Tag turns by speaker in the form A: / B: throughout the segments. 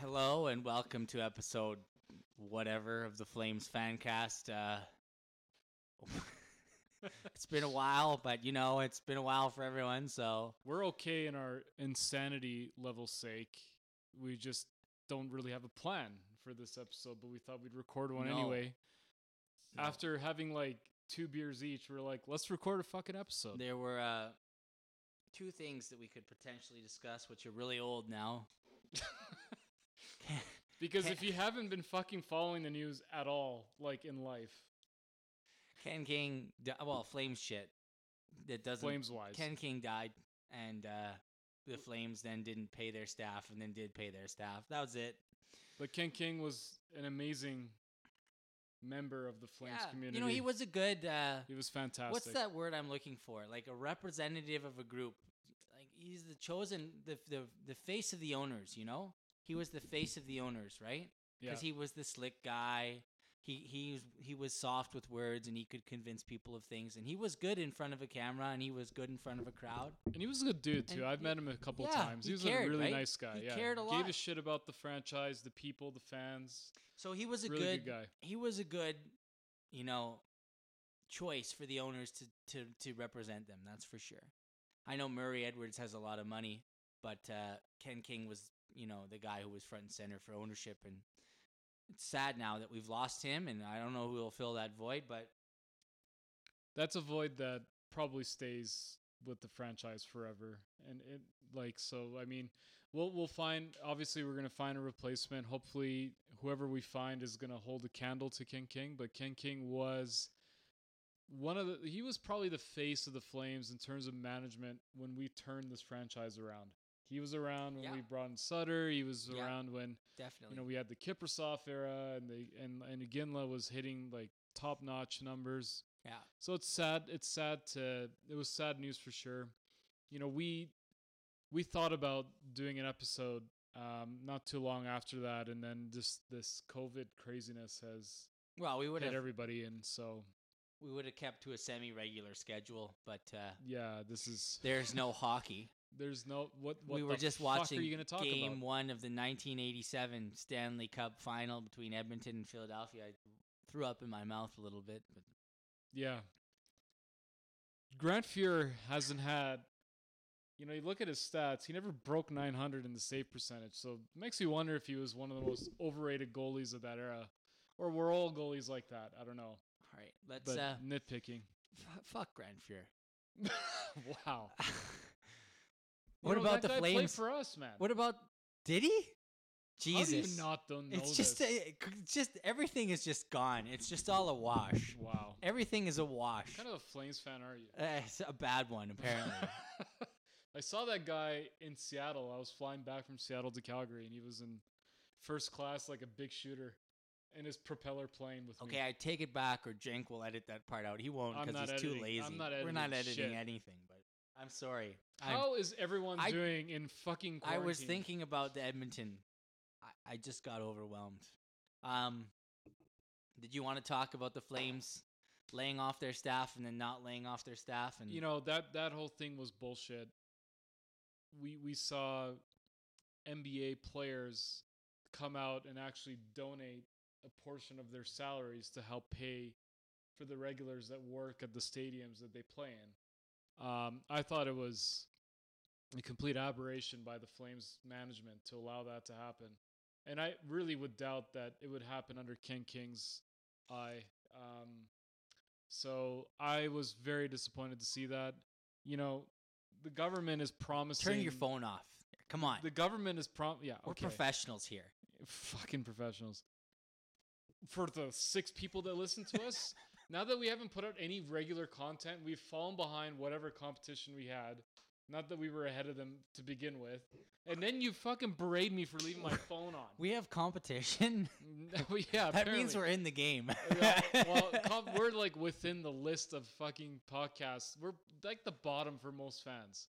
A: Hello and welcome to episode whatever of the Flames Fancast. Uh, it's been a while, but you know it's been a while for everyone. So
B: We're okay in our insanity level's sake. We just don't really have a plan for this episode, but we thought we'd record one
A: No.
B: anyway.
A: No.
B: After having like two beers each, we're like, let's record a fucking episode.
A: there were uh, two things that we could potentially discuss, which are really old now.
B: because if you haven't been fucking following the news at all, like in life,
A: Ken King, di- well, Flames shit that doesn't.
B: flames wise,
A: Ken King died, and uh, the Flames then didn't pay their staff, and then did pay their staff. That was it.
B: but Ken King was an amazing member of the flames community.
A: you know he was a good. Uh,
B: He was fantastic.
A: what's that word I'm looking for? Like a representative of a group. Like he's the chosen, the the the face of the owners. You know, he was the face of the owners, right?
B: Yeah.
A: Because he was the slick guy. He he was he was soft with words, and he could convince people of things. And he was good in front of a camera, and he was good in front of a crowd.
B: And he was a good dude too.
A: And
B: I've
A: he-
B: met him a couple
A: yeah,
B: times.
A: he
B: He was
A: cared,
B: a really
A: right?
B: nice guy.
A: He
B: yeah,
A: cared a
B: Gave a
A: lot.
B: shit about the franchise, the people, the fans.
A: So he was a
B: really good,
A: good
B: guy.
A: he was a good, you know, choice for the owners to to to represent them. That's for sure. I know Murray Edwards has a lot of money, but uh, Ken King was, you know, the guy who was front and center for ownership, and it's sad now that we've lost him, and I don't know who will fill that void. But
B: That's a void that probably stays with the franchise forever. And it like so. I mean, we'll we'll find. Obviously, we're gonna find a replacement. Hopefully, whoever we find is gonna hold a candle to Ken King. But Ken King was one of the. He was probably the face of the Flames in terms of management when we turned this franchise around. He was around when
A: Yeah.
B: we brought in Sutter. He was
A: Yeah.
B: around when
A: definitely,
B: you know we had the Kiprasov era, and the and and Ginla was hitting like top notch numbers.
A: yeah,
B: So it's sad. It's sad to. It was sad news for sure. You know, we we thought about doing an episode um, not too long after that, and then just this COVID craziness has
A: well, we would
B: hit
A: have
B: everybody, and so
A: we would have kept to a semi-regular schedule, but uh,
B: yeah, this is
A: there's no hockey.
B: there's no what, what
A: we
B: the
A: were just
B: fuck
A: watching
B: Are you gonna talk
A: game
B: about?
A: one of the 1987 Stanley Cup final between Edmonton and Philadelphia. I threw up in my mouth a little bit, but
B: Yeah. Grant Fuhr hasn't had, you know, you look at his stats, he never broke 900 in the save percentage. So it makes you wonder if he was one of the most overrated goalies of that era. Or were all goalies like that? I don't know.
A: all right, let's
B: But
A: uh,
B: nitpicking.
A: f- fuck Grand Fuhr.
B: wow.
A: what
B: You know,
A: about
B: that
A: the
B: guy played
A: Flames?
B: for us, man.
A: what about did he?
B: How do you
A: Jesus,
B: not don't know
A: it's just
B: this?
A: a, it's just everything is just gone. It's just all a wash.
B: wow.
A: Everything is a wash.
B: What kind of a Flames fan are you?
A: Uh, it's a bad one apparently.
B: I saw that guy in Seattle. I was flying back from Seattle to Calgary, and he was in first class, like a big shooter, in his propeller plane with me.
A: Okay, I take it back, or Jenk will edit that part out. He won't
B: I'm
A: because
B: not
A: he's too
B: editing-
A: lazy.
B: I'm not
A: We're not
B: editing
A: editing
B: shit.
A: anything, but I'm sorry. i
B: How is everyone
A: I-
B: doing in fucking?
A: I
B: Quarantine?
A: was thinking about the Edmonton. I, I just got overwhelmed. Um, did you want to talk about the Flames laying off their staff and then not laying off their staff? And
B: you know that that whole thing was bullshit. We we saw NBA players come out and actually donate a portion of their salaries to help pay for the regulars that work at the stadiums that they play in. Um, I thought it was a complete aberration by the Flames management to allow that to happen, and I really would doubt that it would happen under Ken King's eye. Um, so I was very disappointed to see that. You know, the government is promising.
A: turn your phone off. Come on,
B: The government is prom. Yeah,
A: we're
B: okay.
A: professionals here.
B: Fucking professionals. For the six people that listen to us, now that we haven't put out any regular content, we've fallen behind whatever competition we had. Not that we were ahead of them to begin with. And then you fucking berate me for leaving my phone on.
A: We have competition.
B: No, yeah,
A: that means
B: apparently.
A: we're in the game.
B: Yeah, well, com- we're like within the list of fucking podcasts. We're like the bottom for most fans.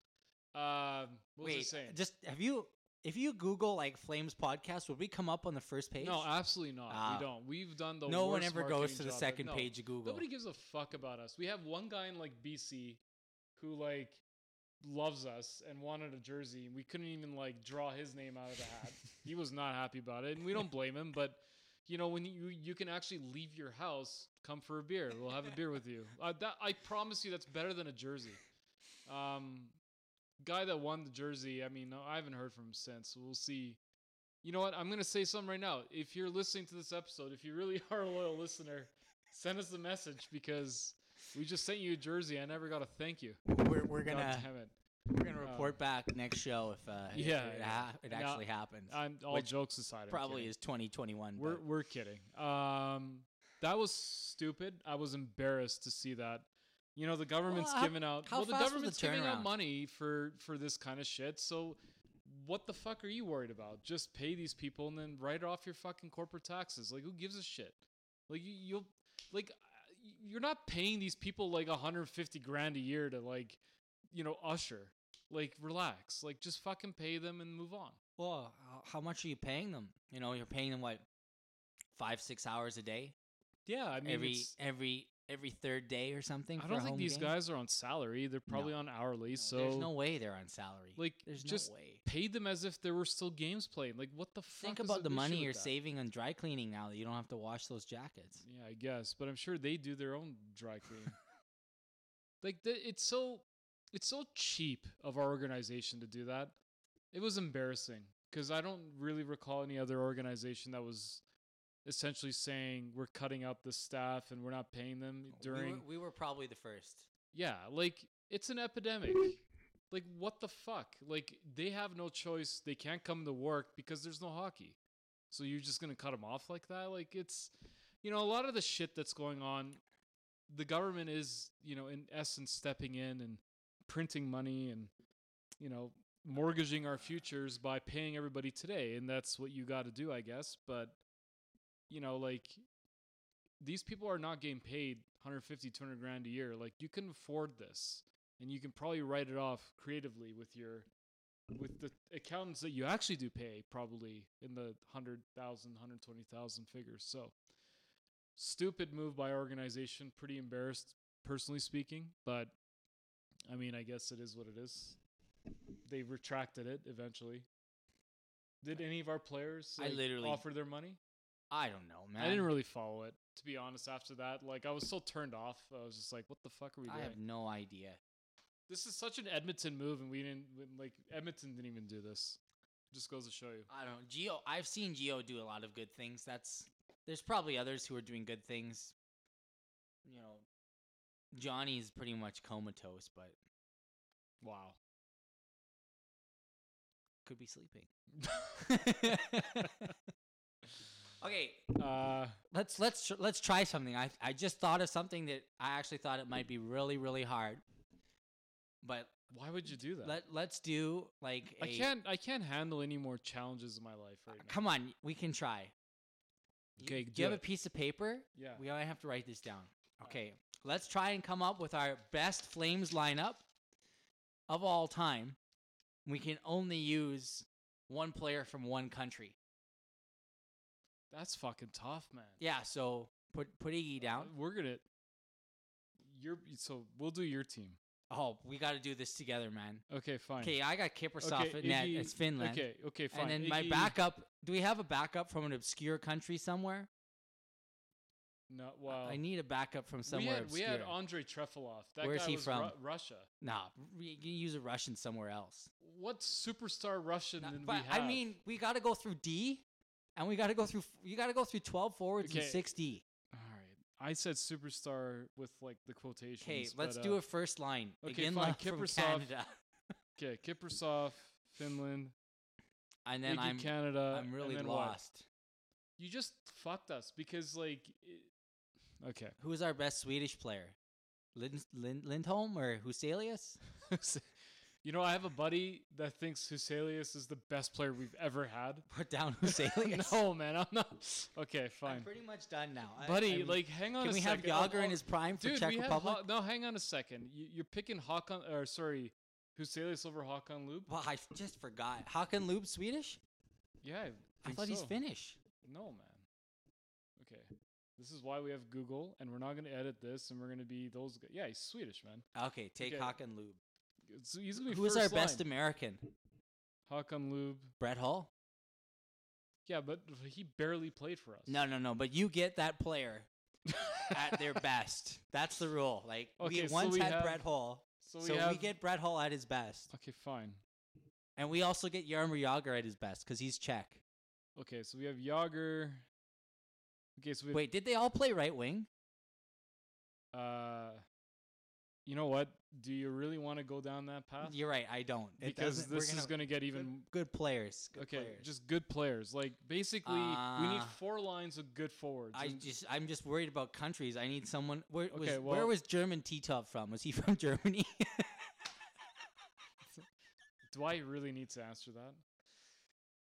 B: Um, we'll
A: Wait,
B: just say
A: just have you? If you Google like Flames podcast, would we come up on the first page?
B: no, absolutely not.
A: Ah.
B: we don't. We've done the
A: no one
B: worst
A: ever
B: marketing
A: goes to the
B: job, but
A: second
B: no.
A: page of Google.
B: Nobody gives a fuck about us. We have one guy in like BC who like loves us and wanted a jersey. We couldn't even like draw his name out of the hat. he was not happy about it, and we don't blame him. But you know, when you you can actually leave your house, come for a beer. We'll have a beer with you. Uh, that I promise you, that's better than a jersey. Um, guy that won the jersey. I mean, I haven't heard from him since. We'll see. You know what? I'm gonna say something right now. If you're listening to this episode, if you really are a loyal listener, send us a message because we just sent you a jersey. I never got a thank you.
A: We're we're
B: God
A: gonna
B: damn it.
A: we're gonna
B: um,
A: report back next show if uh, if
B: Yeah,
A: it,
B: yeah.
A: ha- it
B: No,
A: actually happened.
B: I'm all
A: Which
B: jokes aside. I'm
A: Probably
B: kidding.
A: is 2021.
B: We're
A: but
B: we're kidding. Um, that was stupid. I was embarrassed to see that. You know, the government's
A: how-
B: giving out.
A: how
B: well, the
A: fast was the
B: government's giving
A: turnaround?
B: out money for for this kind of shit. So, what the fuck are you worried about? Just pay these people and then write off your fucking corporate taxes. Like, who gives a shit? Like, you, you'll like uh, y- you're not paying these people like 150 grand a year to like you know usher. Like, relax. Like, just fucking pay them and move on.
A: well, how- how much are you paying them? You know, you're paying them what five six hours a day
B: Yeah, I mean,
A: every
B: it's-
A: every every third day or something.
B: I
A: for
B: don't
A: a
B: think
A: home
B: these
A: game?
B: guys are on salary. They're probably on hourly.
A: No,
B: so
A: there's no way they're on salary.
B: like,
A: there's
B: just
A: no way.
B: pay them as if there were still games playing. Like, what the fuck?
A: Think
B: is
A: about the
B: issue
A: money
B: with
A: you're
B: that?
A: saving on dry cleaning now that you don't have to wash those jackets.
B: Yeah, I guess, but I'm sure they do their own dry cleaning. like, the, it's so it's so cheap of our organization to do that. It was embarrassing because I don't really recall any other organization that was essentially saying we're cutting out the staff and we're not paying them during.
A: we, were, we were probably the first.
B: Yeah, like it's an epidemic. Like what the fuck? Like they have no choice. They can't come to work because there's no hockey. So you're just going to cut them off like that? Like it's you know, a lot of the shit that's going on the government is, you know, in essence stepping in and printing money and you know, mortgaging our futures by paying everybody today and that's what you got to do, I guess, but you know, like these people are not getting paid 150 200 grand a year like you can afford this and you can probably write it off creatively with your with the accountants that you actually do pay probably in the 100,000 120,000 figures so stupid move by organization pretty embarrassed personally speaking but i mean i guess it is what it is they retracted it eventually did any of our players
A: I
B: like,
A: literally-
B: offer their money
A: I don't know, man.
B: I didn't really follow it, to be honest. After that, like I was so turned off. I was just like, "What the fuck are we
A: I
B: doing?"
A: have no idea.
B: This is such an Edmonton move, and we didn't when, like Edmonton didn't even do this. Just goes to show you.
A: I don't. Geo. I've seen Geo do a lot of good things. That's there's probably others who are doing good things. You know, Johnny's pretty much comatose, but
B: Wow.
A: could be sleeping. okay,
B: Uh,
A: let's let's tr- let's try something. I I just thought of something that I actually thought it might be really really hard, but
B: why would you do that?
A: let let's do like
B: I
A: a-
B: can't. I can't handle any more challenges in my life right now.
A: Come on, we can try. You-
B: Okay,
A: do
B: do
A: you have
B: it.
A: a piece of paper?
B: Yeah.
A: We might have to write this down. Okay, let's try and come up with our best Flames lineup of all time. We can only use one player from one country.
B: That's fucking tough, man. Uh,
A: Yeah, so put put Iggy down.
B: We're gonna. You're so we'll do your team.
A: Oh, we got to do this together, man.
B: Okay, fine.
A: Okay, I got Kiprasov
B: Okay,
A: at net.
B: Iggy-
A: It's Finland.
B: Okay, okay, fine.
A: and then my
B: Iggy-
A: backup. Do we have a backup from an obscure country somewhere?
B: No,
A: I-
B: wow.
A: I need a backup from somewhere
B: we had,
A: obscure.
B: We had Andre Trefilov. That
A: Where's
B: guy
A: he
B: was
A: from?
B: Ru- Russia.
A: Nah, we can use a Russian somewhere else.
B: What superstar Russian
A: Nah,
B: did
A: but
B: we have?
A: I mean, we got to go through D, and we got to go through. f- You got to go through twelve forwards and
B: Okay.
A: six D.
B: all right. I said superstar with like the quotations.
A: Okay, let's
B: but,
A: do
B: uh,
A: a first line.
B: okay,
A: Again,
B: fine,
A: from
B: Kiprasov.
A: Canada,
B: Okay, Kiprasov, Finland,
A: and then
B: Iggy
A: I'm
B: Canada.
A: I'm
B: and
A: really
B: then what?
A: lost.
B: You just fucked us because like. i- okay.
A: Who is our best Swedish player? Lind, Lind, Lindholm or Huselius?
B: you know, I have a buddy that thinks Huselius is the best player we've ever had.
A: Put down Huselius.
B: no, man, I'm not. Okay,
A: I'm
B: fine.
A: pretty much done now, I-
B: buddy,
A: I'm-
B: like, hang on
A: Can
B: a
A: we have
B: second. I'll-
A: Yager in
B: I'll-
A: his prime for
B: Dude,
A: Czech
B: we have
A: Republic?
B: Hawk- no, hang on a second. You, you're picking Hawkon, or sorry, Huselius over Hawkon Lube?
A: Well, I f- just forgot. Hakan Lube Swedish?
B: Yeah, I,
A: I
B: think
A: thought he's
B: so.
A: Finnish.
B: No, man. Okay, this is why we have Google, and we're not going to edit this, and we're going to be those. Guys. Yeah, he's Swedish, man.
A: Okay, take
B: Okay.
A: Hakan Lube.
B: So he's going to be
A: Who is our
B: first
A: best
B: line.
A: American?
B: Hawkon Lube?
A: Brett Hull?
B: Yeah, but he barely played for us.
A: No, no, no. But you get that player at their best. That's the rule. Like
B: Okay,
A: we
B: so
A: once
B: we
A: had
B: have-
A: Brett Hall,
B: So
A: so,
B: we,
A: we,
B: have,
A: get Brett Hall at his best,
B: Okay, fine.
A: and we also get Yarmir Yager at his best because he's Czech.
B: Okay, so we have Yager. Okay, so we have,
A: Wait, did they all play right wing?
B: Uh, you know what? Do you really want to go down that path?
A: You're right. I don't. It
B: because
A: doesn't- we're
B: this is
A: gonna-
B: going to get
A: good-
B: even
A: good players. Good
B: okay.
A: players.
B: Just good players. Like basically, we need
A: Ah.
B: four lines of good forwards.
A: I
B: and-
A: just I'm just worried about countries. I need someone. Where was
B: Okay,
A: where
B: well-
A: was German T-Top from? Was he from Germany?
B: do I really need to answer that?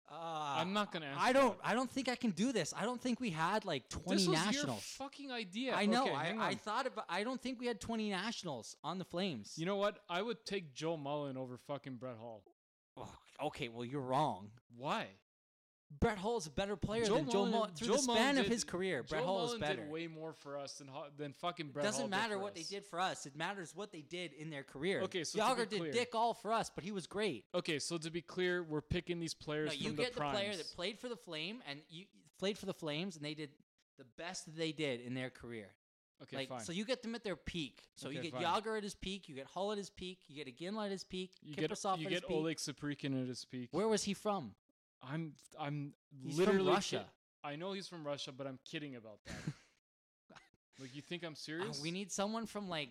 A: uh,
B: Ah. I'm not going to answer.
A: I don't.
B: that.
A: I don't think I can do this. I don't think we had like 20
B: This was your
A: nationals.
B: fucking idea.
A: I know.
B: Okay,
A: I,
B: hang
A: I
B: on.
A: thought about. I don't think we had 20 nationals on the Flames.
B: you know what? I would take Joe Mullen over fucking Brett Hall.
A: Oh, okay, well you're wrong.
B: Why?
A: Brett Hall is a better player
B: Joe
A: than Joe
B: Mullen-
A: Mullen. Through
B: Joe
A: the span
B: Mullen
A: of
B: did-
A: his career, Brett
B: Joe
A: Hall
B: Mullen
A: is better.
B: did way more for us than Ho- than fucking
A: It
B: Brett.
A: doesn't
B: Hall did
A: matter
B: for
A: what they
B: us.
A: did for us. It matters what they did in their career.
B: Okay, so to
A: Yager
B: be
A: did
B: clear-
A: dick all for us, but he was great.
B: Okay, so to be clear, we're picking these players
A: No,
B: from
A: you
B: the
A: get the,
B: primes.
A: player that played for the Flame and you played for the Flames, and they did the best that they did in their career.
B: okay,
A: like
B: fine.
A: so, you get them at their peak. So you
B: Okay,
A: get
B: fine.
A: Yager at his peak, you get Hull at his peak, you get Aginla at his peak,
B: you get
A: Kiprasov
B: you
A: at his
B: get
A: peak.
B: Oleg Saprikin at his peak.
A: Where was he from?
B: I'm I'm
A: He's from
B: literally
A: Russia.
B: kid- I know he's from Russia, but I'm kidding about that. like you think I'm
A: Uh,
B: serious?
A: we need someone from like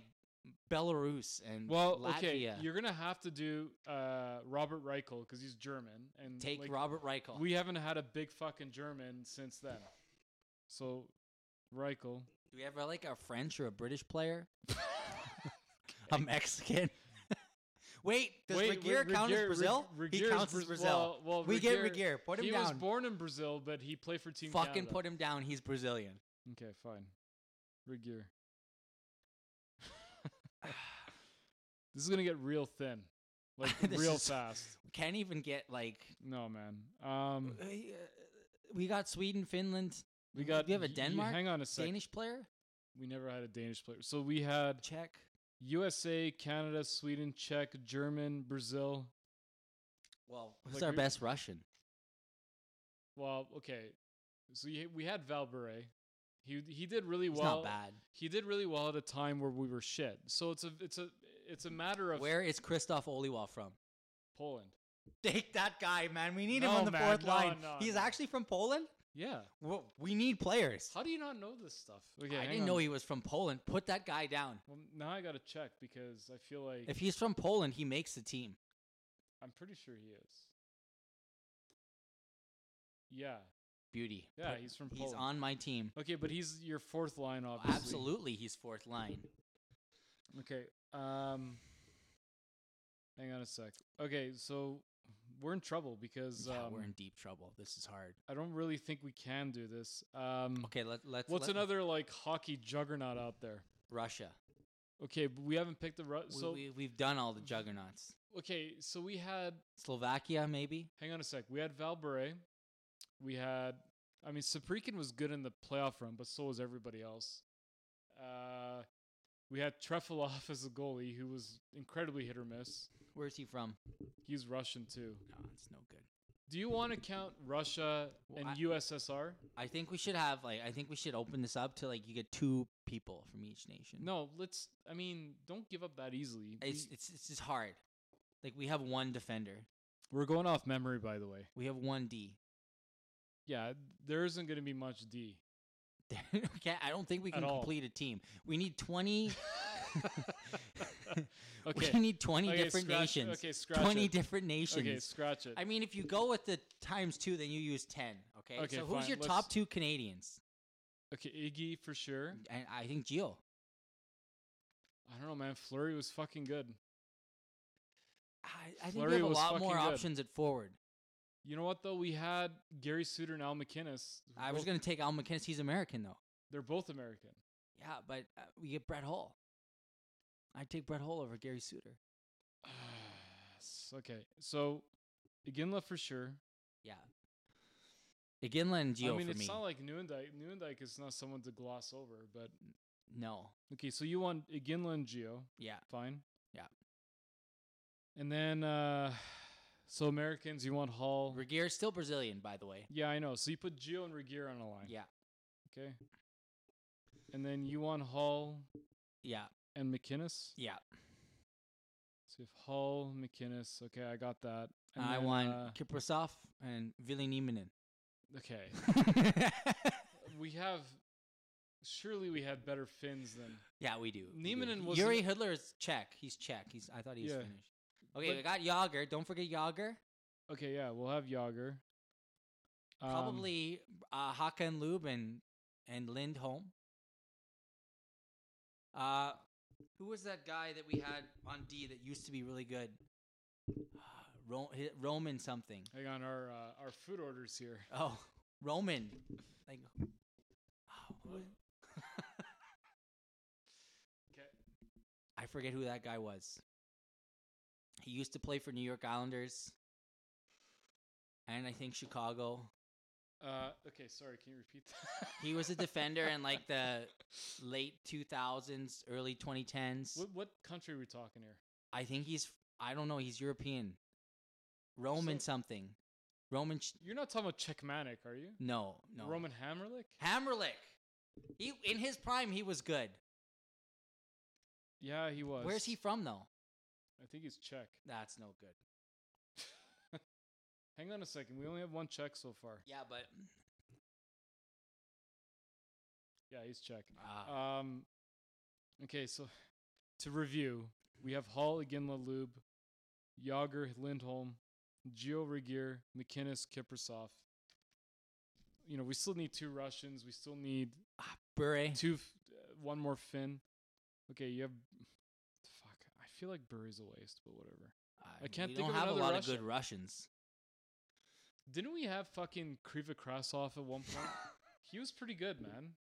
A: Belarus and
B: well,
A: Latvia.
B: okay, you're gonna have to do uh, Robert Reichel because he's German, and
A: Take
B: like,
A: Robert Reichel.
B: We haven't had a big fucking German since then. So, Reichel.
A: Do we have uh, like a French or a British player? A Mexican. Wait, does
B: Wait,
A: Regeer
B: Re-
A: count
B: Regeer-
A: as Brazil?
B: Re-
A: he
B: Regeer is
A: counts as
B: Braz-
A: Brazil.
B: Well, well,
A: we get
B: Regeer-
A: Regeer. Put him
B: he
A: down.
B: was born in Brazil, but he played for Team
A: Fucking
B: Canada.
A: put him down. He's Brazilian.
B: Okay, fine. Regeer. this is gonna get real thin, like
A: This
B: real
A: is-
B: fast.
A: We can't even get like.
B: No, man. Um,
A: we, uh, We got Sweden, Finland,
B: we got.
A: Do you have a
B: y- y-
A: Denmark?
B: hang on a second.
A: Danish player,
B: We never had a Danish player, so we had
A: Czech.
B: USA, Canada, Sweden, Czech, German, Brazil.
A: Well, who's
B: Like
A: our
B: we-
A: best Russian?
B: Well, okay. So y- we had Valbury. He he did really
A: He's
B: well.
A: not bad.
B: He did really well at a time where we were shit. So it's a it's a it's a matter of
A: Where is Christoph Oliwa from?
B: Poland.
A: Take that guy, man. We need him
B: No,
A: on the
B: man.
A: fourth
B: No,
A: line.
B: no,
A: He's
B: no.
A: actually from Poland.
B: Yeah.
A: Well, we need players.
B: How do you not know this stuff? Okay,
A: I
B: hang
A: didn't know
B: on.
A: he was from Poland. Put that guy down.
B: Well, now I gotta check because I feel like
A: If he's from Poland, he makes the team.
B: I'm pretty sure he is. Yeah.
A: Beauty.
B: Yeah,
A: Put-
B: he's from
A: He's
B: Poland.
A: on Oh, my team.
B: Okay, but he's your fourth line, obviously.
A: Absolutely, he's fourth line.
B: Okay. Um. Hang on a sec. Okay, so we're in trouble because
A: Yeah,
B: um,
A: we're in deep trouble. This is hard.
B: I don't really think we can do this. Um.
A: Okay, let, let's.
B: What's
A: let-
B: another like hockey juggernaut out there?
A: Russia.
B: Okay, but we haven't picked the Ru-
A: We,
B: so
A: we, we've done all the juggernauts.
B: okay. So we had
A: Slovakia, maybe.
B: Hang on a sec. We had Valbury. We had, I mean, Saprikin was good in the playoff run, but so was everybody else. Uh, we had Trefilov as a goalie, who was incredibly hit or miss.
A: Where's he from?
B: He's Russian too.
A: No, it's no good.
B: Do you want to count Russia
A: Well,
B: and
A: I-
B: USSR?
A: I think we should have like. I think we should open this up to like you get two people from each nation.
B: No, let's. I mean, don't give up that easily. We-
A: it's it's it's just hard. Like we have one defender.
B: we're going off memory, by the way.
A: We have one D.
B: Yeah, there isn't going to be much D.
A: okay, I don't think we
B: At
A: can
B: all.
A: complete a team. We need twenty.
B: Okay.
A: We need twenty
B: okay,
A: different
B: scratch,
A: nations.
B: Okay, scratch
A: twenty
B: it.
A: different nations.
B: Okay, scratch it.
A: I mean, if you go with the times two, then you use ten. Okay.
B: Okay,
A: so who's
B: fine,
A: your
B: let's-
A: top two Canadians?
B: okay, Iggy for sure.
A: I, I think Gio.
B: I don't know, man. Flurry was fucking good.
A: I, I think we
B: Fleury
A: have a
B: was
A: lot
B: fucking
A: more
B: good.
A: options at forward.
B: You know what though? We had Gary Suter and Al McInnes.
A: I was
B: Both-
A: going to take Al McInnes. He's American though.
B: They're both American.
A: Yeah, but uh, we get Brett Hall. I'd take Brett Hall over Gary Suter.
B: S- okay, so Iginla for sure.
A: Yeah. Iginla and Gio
B: I mean,
A: for
B: it's
A: me.
B: not like Newendike. Newendike is not someone to gloss over, but
A: no.
B: okay. So you want Iginla and Geo?
A: Yeah.
B: Fine.
A: Yeah.
B: And then uh So Americans, you want Hall?
A: Regeer still Brazilian, by the way.
B: yeah, I know. So you put Gio and Regeer on a line.
A: Yeah,
B: Okay. And then you want Hall
A: yeah,
B: and McInnes.
A: yeah.
B: So if Hall, McInnes. Okay, I got that. And
A: I
B: then,
A: want
B: uh,
A: Kiprasov and Vili Nieminen.
B: okay. we have. Surely we had better fins than.
A: yeah, we do. we do.
B: Nieminen was
A: Yuri Hudler is Czech. He's Czech. He's. I thought he was
B: Yeah.
A: Finnish. Okay,
B: But-
A: we got Yager. Don't forget Yager.
B: Okay, yeah, we'll have Yager. Um,
A: Probably uh, Hakan Lube and and Lindholm. Uh, who was that guy that we had on D that used to be really good? Ro- hi- Roman something.
B: Hang on, our uh, our food orders here.
A: Oh, Roman. Like, oh, what?
B: Okay.
A: I forget who that guy was. He used to play for New York Islanders, and I think Chicago.
B: Uh, okay, sorry. Can you repeat that?
A: He was a defender in like the late 2000s, early 2010s.
B: What, what country are we talking here?
A: I think he's I don't know, he's European. Roman
B: So-
A: something. Roman sh-
B: You're not talking about Czechmanic, are you?
A: no, no.
B: Roman Hammerlick?
A: Hammerlick. He in his prime he was good.
B: Yeah, he was.
A: Where's he from though?
B: I think he's Czech.
A: That's no good.
B: Hang on a second. We only have one Czech so far.
A: Yeah, but
B: Yeah, he's Czech.
A: uh,
B: Um, okay, so to review, we have Hall, Iginla, Lube, Yager, Lindholm, Gio Regier, McInnes, Kiprasov. You know, we still need two Russians. We still need
A: Bure.
B: two, f- uh, one more Finn. Okay, you have. Fuck, I feel like Bury's a waste, but whatever. I can't
A: we
B: think
A: don't
B: of
A: have a
B: another
A: lot of good Russians.
B: Didn't we have fucking Kriva Krasov at one point? he was pretty good, man.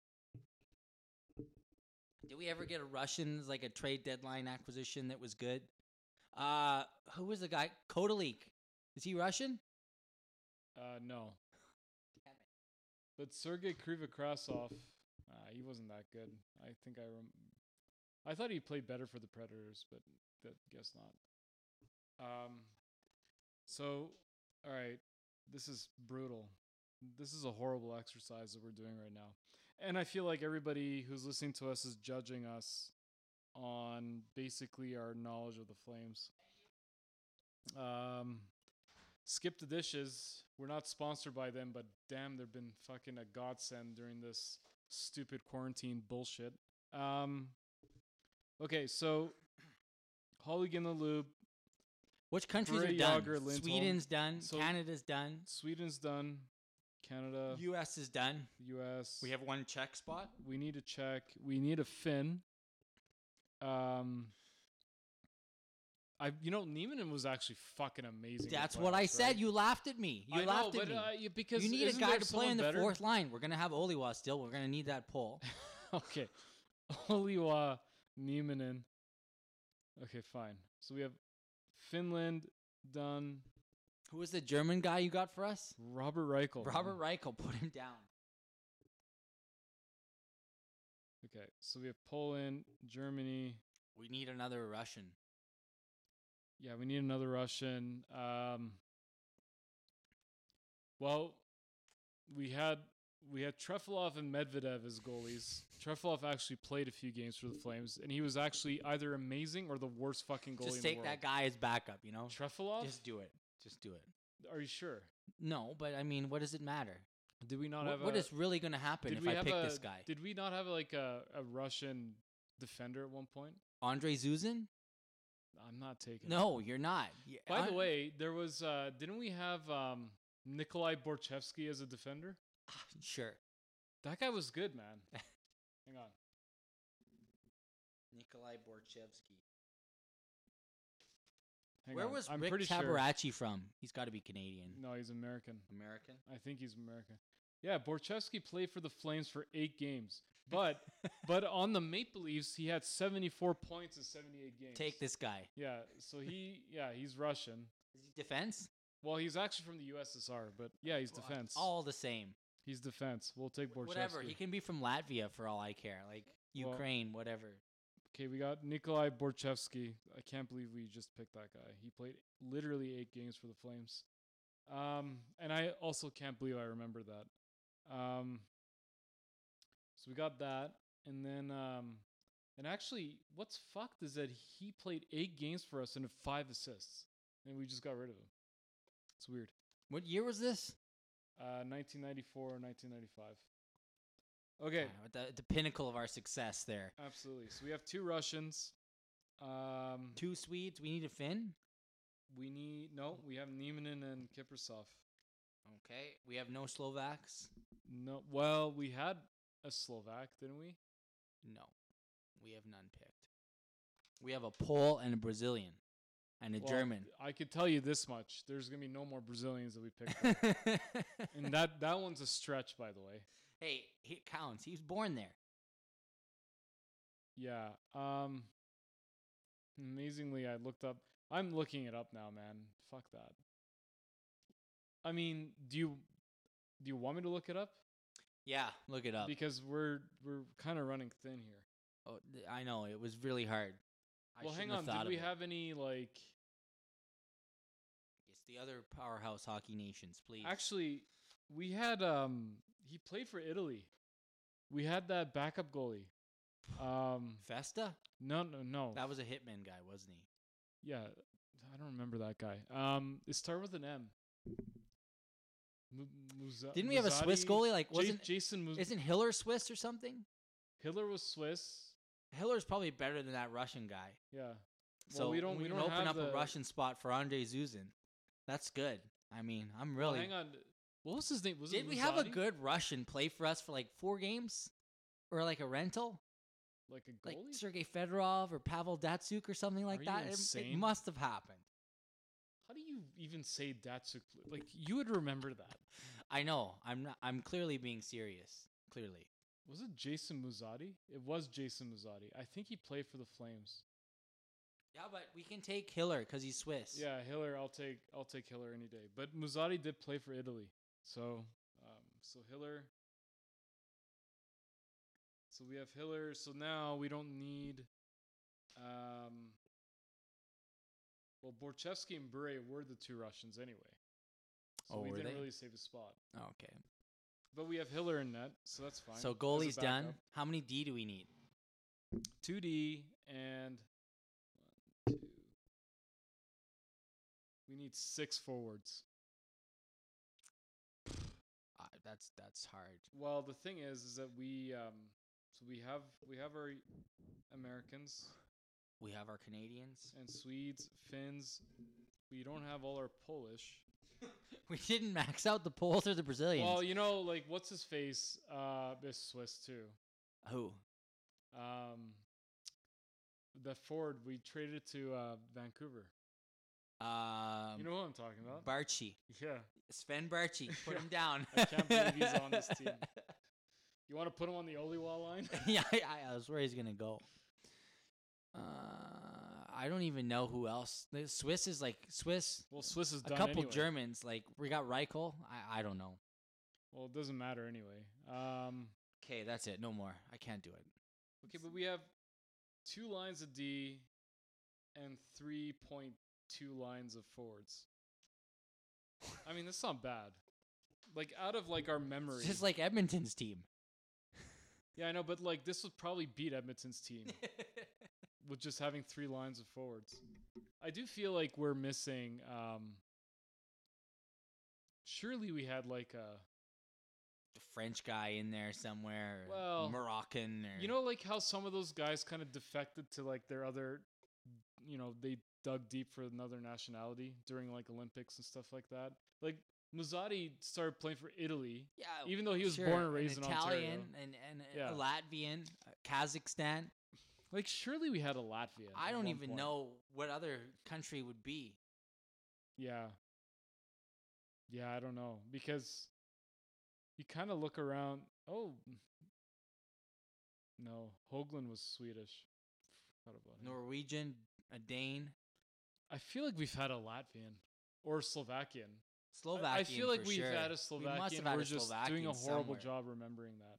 A: Did we ever get a Russian like a trade deadline acquisition that was good? Uh who was the guy? Kodalik. Is he Russian?
B: Uh, no.
A: Damn it.
B: But Sergei Krivokrasov, uh, he wasn't that good. I think I rem- I thought he played better for the Predators, but that guess not. Um, so, all right, this is brutal. This is a horrible exercise that we're doing right now, and I feel like everybody who's listening to us is judging us on basically our knowledge of the Flames. Um, Skip the dishes. We're not sponsored by them, but damn, they've been fucking a godsend during this stupid quarantine bullshit. Um, okay, so Holligan the Lube,
A: Which countries
B: Bure,
A: are done?
B: Yager, Lindholm.
A: Sweden's done.
B: So- Uh,
A: Canada's done.
B: Sweden's done, Canada,
A: U.S. is done.
B: U.S.
A: We have one check spot.
B: We need a check. We need a Finn. Um, I you know Neiman was actually fucking amazing. in the
A: That's what I
B: playoffs,
A: said.
B: right?
A: You laughed at me. You
B: I know,
A: laughed
B: but,
A: at me.
B: uh, y- because
A: you need a
B: isn't
A: guy
B: there
A: to play in
B: someone
A: the
B: better?
A: fourth line. We're gonna have Oliwa still. We're gonna need that pole.
B: okay. Oliwa Nieminen. Okay, fine. So we have Finland done.
A: Who was the German guy you got for us?
B: Robert Reichel.
A: Robert Reichel. Put him down.
B: Okay, so we have Poland, Germany.
A: We need another Russian.
B: Yeah, we need another Russian. Um, well, we had we had Trefilov and Medvedev as goalies. Trefilov actually played a few games for the Flames, and he was actually either amazing or the worst fucking goalie
A: Just
B: in
A: take
B: the world.
A: that guy as backup. You know.
B: Trefilov?
A: Just do it. Just do it.
B: Are you sure?
A: No, but I mean, what does it matter?
B: Did we not
A: What-
B: have
A: what
B: a,
A: is really gonna happen if I pick
B: a,
A: this guy?
B: Did we not have like a, a Russian defender at one point?
A: Andre Zuzin?
B: I'm not taking. it.
A: No, you're not. Y-
B: By the
A: An-
B: way, there was. Uh, didn't we have um, Nikolai Borchevsky as a defender?
A: sure.
B: That guy was good, man. Hang on.
A: Nikolai Borchevsky.
B: Hang
A: Where
B: on.
A: was
B: I'm
A: Rick
B: pretty
A: Tabarachi from? He's got to be Canadian.
B: sure. No, he's American.
A: American?
B: I think he's American. Yeah, Borchevsky played for the Flames for eight games, but but on the Maple Leafs, he had 74 points in 78 games.
A: Take this guy.
B: Yeah, so he yeah he's Russian.
A: Is he defense?
B: Well, he's actually from the USSR, but yeah, he's
A: Well, uh,
B: defense.
A: All the same.
B: He's defense. We'll take Borchevsky.
A: Whatever. He can be from Latvia for all I care. Like
B: Well-
A: Ukraine, whatever.
B: Okay, we got Nikolai Borchevsky. I can't believe we just picked that guy. He played literally eight games for the Flames. Um, and I also can't believe I remember that. Um, so we got that. And then, um, and actually, what's fucked is that he played eight games for us and had five assists. And we just got rid of him. It's weird.
A: What year was this?
B: Uh, 1994 or 1995. Okay,
A: God, Ah, the, the pinnacle of our success there.
B: absolutely. So we have two Russians. Um,
A: Two Oh. Swedes. We need a Finn.
B: We need no. We have Nieminen and Kiprasov.
A: Okay. We have no Slovaks.
B: No, well, we had a Slovak, didn't we?
A: No, we have none picked. We have a Pole and a Brazilian and a
B: Well,
A: German.
B: I could tell you this much: there's gonna be no more Brazilians that we picked, and that that one's a stretch, by the way.
A: hey, he counts. He was born there.
B: Yeah. Um. Amazingly, I looked up. I'm looking it up now, man. Fuck that. I mean, do you do you want me to look it up?
A: Yeah, look it up.
B: Because we're we're kind of running thin here.
A: oh, th- I know it was really hard. I
B: well, hang
A: shouldn't have
B: on.
A: thought
B: Did
A: of
B: we
A: it.
B: have any like?
A: It's the other powerhouse hockey nations, please.
B: Actually, we had um he played for Italy. We had that backup goalie. Um
A: Festa.
B: no no no.
A: That was a hitman guy, wasn't he?
B: yeah, I don't remember that guy. Um it started with an M. Mu- Muza-
A: Didn't we have a Swiss
B: Muzzati?
A: goalie? Like,
B: Ja-
A: wasn't
B: Jason Muz-
A: isn't Hiller Swiss or something?
B: Hitler was Swiss?
A: Hiller's probably better than that Russian guy.
B: Yeah.
A: So
B: we don't- we
A: can
B: don't
A: open up
B: have
A: a
B: the-
A: Russian spot for Andre Zuzin. That's good. I mean, I'm
B: Well,
A: really.
B: hang on. What was his name? Was
A: Did
B: it
A: we have a
B: Muzzati?
A: good Russian play for us for like four games, or like a rental,
B: like a
A: like
B: goalie?
A: Sergei Fedorov or Pavel Datsuk or something like
B: Are you
A: that? It- It,
B: insane?
A: must have happened.
B: How do you even say Datsuk? Like you would remember that.
A: I know. I'm not. I'm clearly being serious. Clearly.
B: Was it Jason Muzzotti? It was Jason Muzzotti. I think he played for the Flames.
A: Yeah, but we can take Hiller because he's Swiss.
B: Yeah, Hiller. I'll take I'll take Hiller any day. But Muzzotti did play for Italy, so um, so Hiller. So we have Hiller. So now we don't need. Um, well, Borchevsky and Bure were the two Russians anyway, so
A: Oh,
B: we
A: were
B: didn't
A: they?
B: really save a spot.
A: Okay.
B: But we have Hiller in net, so that's fine.
A: So
B: as a
A: goalie's done.
B: backup.
A: How many D do we need?
B: 2D and one, two. We need six forwards.
A: Uh, that's that's hard.
B: Well, the thing is, is that we um, so we have we have our Americans
A: We have our Canadians.
B: and Swedes, Finns. We don't have all our Polish.
A: We didn't max out the Poles or the Brazilians.
B: Well, you know, like what's his face? Uh, is Swiss too.
A: Who?
B: Um, the Ford we traded to uh, Vancouver.
A: Um,
B: you know what I'm talking about?
A: Barchi.
B: yeah.
A: Sven Barchi. Put
B: Yeah.
A: him down.
B: I can't believe he's on this team. You want to put him on the Oliwa line?
A: yeah, I, I, I swear he's gonna go. Uh, I don't even know who else. The Swiss is like Swiss.
B: well, Swiss is
A: A
B: done
A: couple
B: anyway.
A: Germans, like we got Reichel. I, I don't know.
B: Well, it doesn't matter anyway. Um,
A: Okay, that's it. No more. I can't do it.
B: Okay, but we have two lines of D and 3.2 lines of forwards. I mean, that's not bad. Like out of like our memory.
A: It's just like Edmonton's team.
B: yeah, I know, but like this would probably beat Edmonton's team with just having three lines of forwards. I do feel like we're missing um surely we had like a
A: the French guy in there somewhere. Or
B: Well,
A: Moroccan. Or,
B: You know, like how some of those guys kind of defected to like their other, you know, they dug deep for another nationality during like Olympics and stuff like that. Like Muzzotti started playing for Italy,
A: Yeah,
B: even though he was
A: Oh, sure,
B: born and raised
A: an
B: in
A: Italian
B: Ontario.
A: and and
B: Yeah.
A: a Latvian, a Kazakhstan.
B: Like surely we had a Latvia.
A: I
B: at
A: don't
B: one
A: even
B: point.
A: know what other country would be.
B: Yeah. Yeah, I don't know because you kind of look around. Oh, no, Hoagland was Swedish. Forgot about him.
A: Norwegian, a Dane,
B: I feel like we've had a Latvian or Slovakian. I-
A: Slovakian.
B: I feel like
A: for
B: we've
A: sure.
B: had
A: We
B: a
A: must
B: Slovakian.
A: have had
B: We're
A: a
B: just
A: Slovakian
B: doing a horrible
A: somewhere.
B: job remembering that.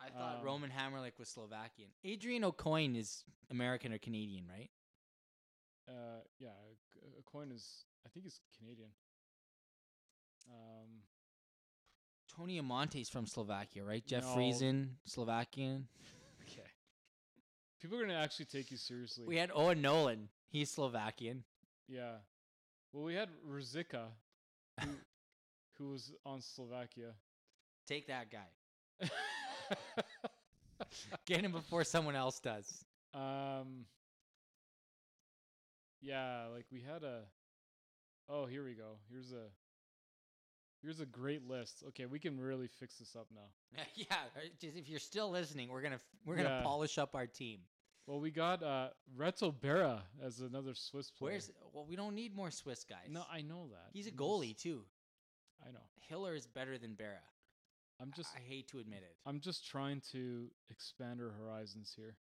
A: I thought
B: Um,
A: Roman Hammerlick was Slovakian. Adrian O'Coin is American or Canadian, right?
B: Uh, yeah, a coin is I think he's Canadian. Um,
A: Tony Amonte's from Slovakia, right? Jeff
B: No.
A: Friesen, Slovakian.
B: okay. People are gonna actually take you seriously.
A: We had Owen Nolan. He's Slovakian.
B: yeah. Well, we had Ruzica, who, who was on Slovakia.
A: Take that guy. Get him before someone else does.
B: um. Yeah, like we had a. Oh, here we go. Here's a. Here's a great list. Okay, we can really fix this up now.
A: yeah, right, just if you're still listening, we're gonna f- we're gonna
B: Yeah.
A: polish up our team.
B: Well, we got uh Reto Berra as another Swiss player.
A: Where's well, we don't need more Swiss guys.
B: No, I know that.
A: he's a
B: I'm just-
A: goalie too.
B: I know.
A: Hiller is better than Berra.
B: I'm just
A: I hate to admit it.
B: I'm just trying to expand our horizons here.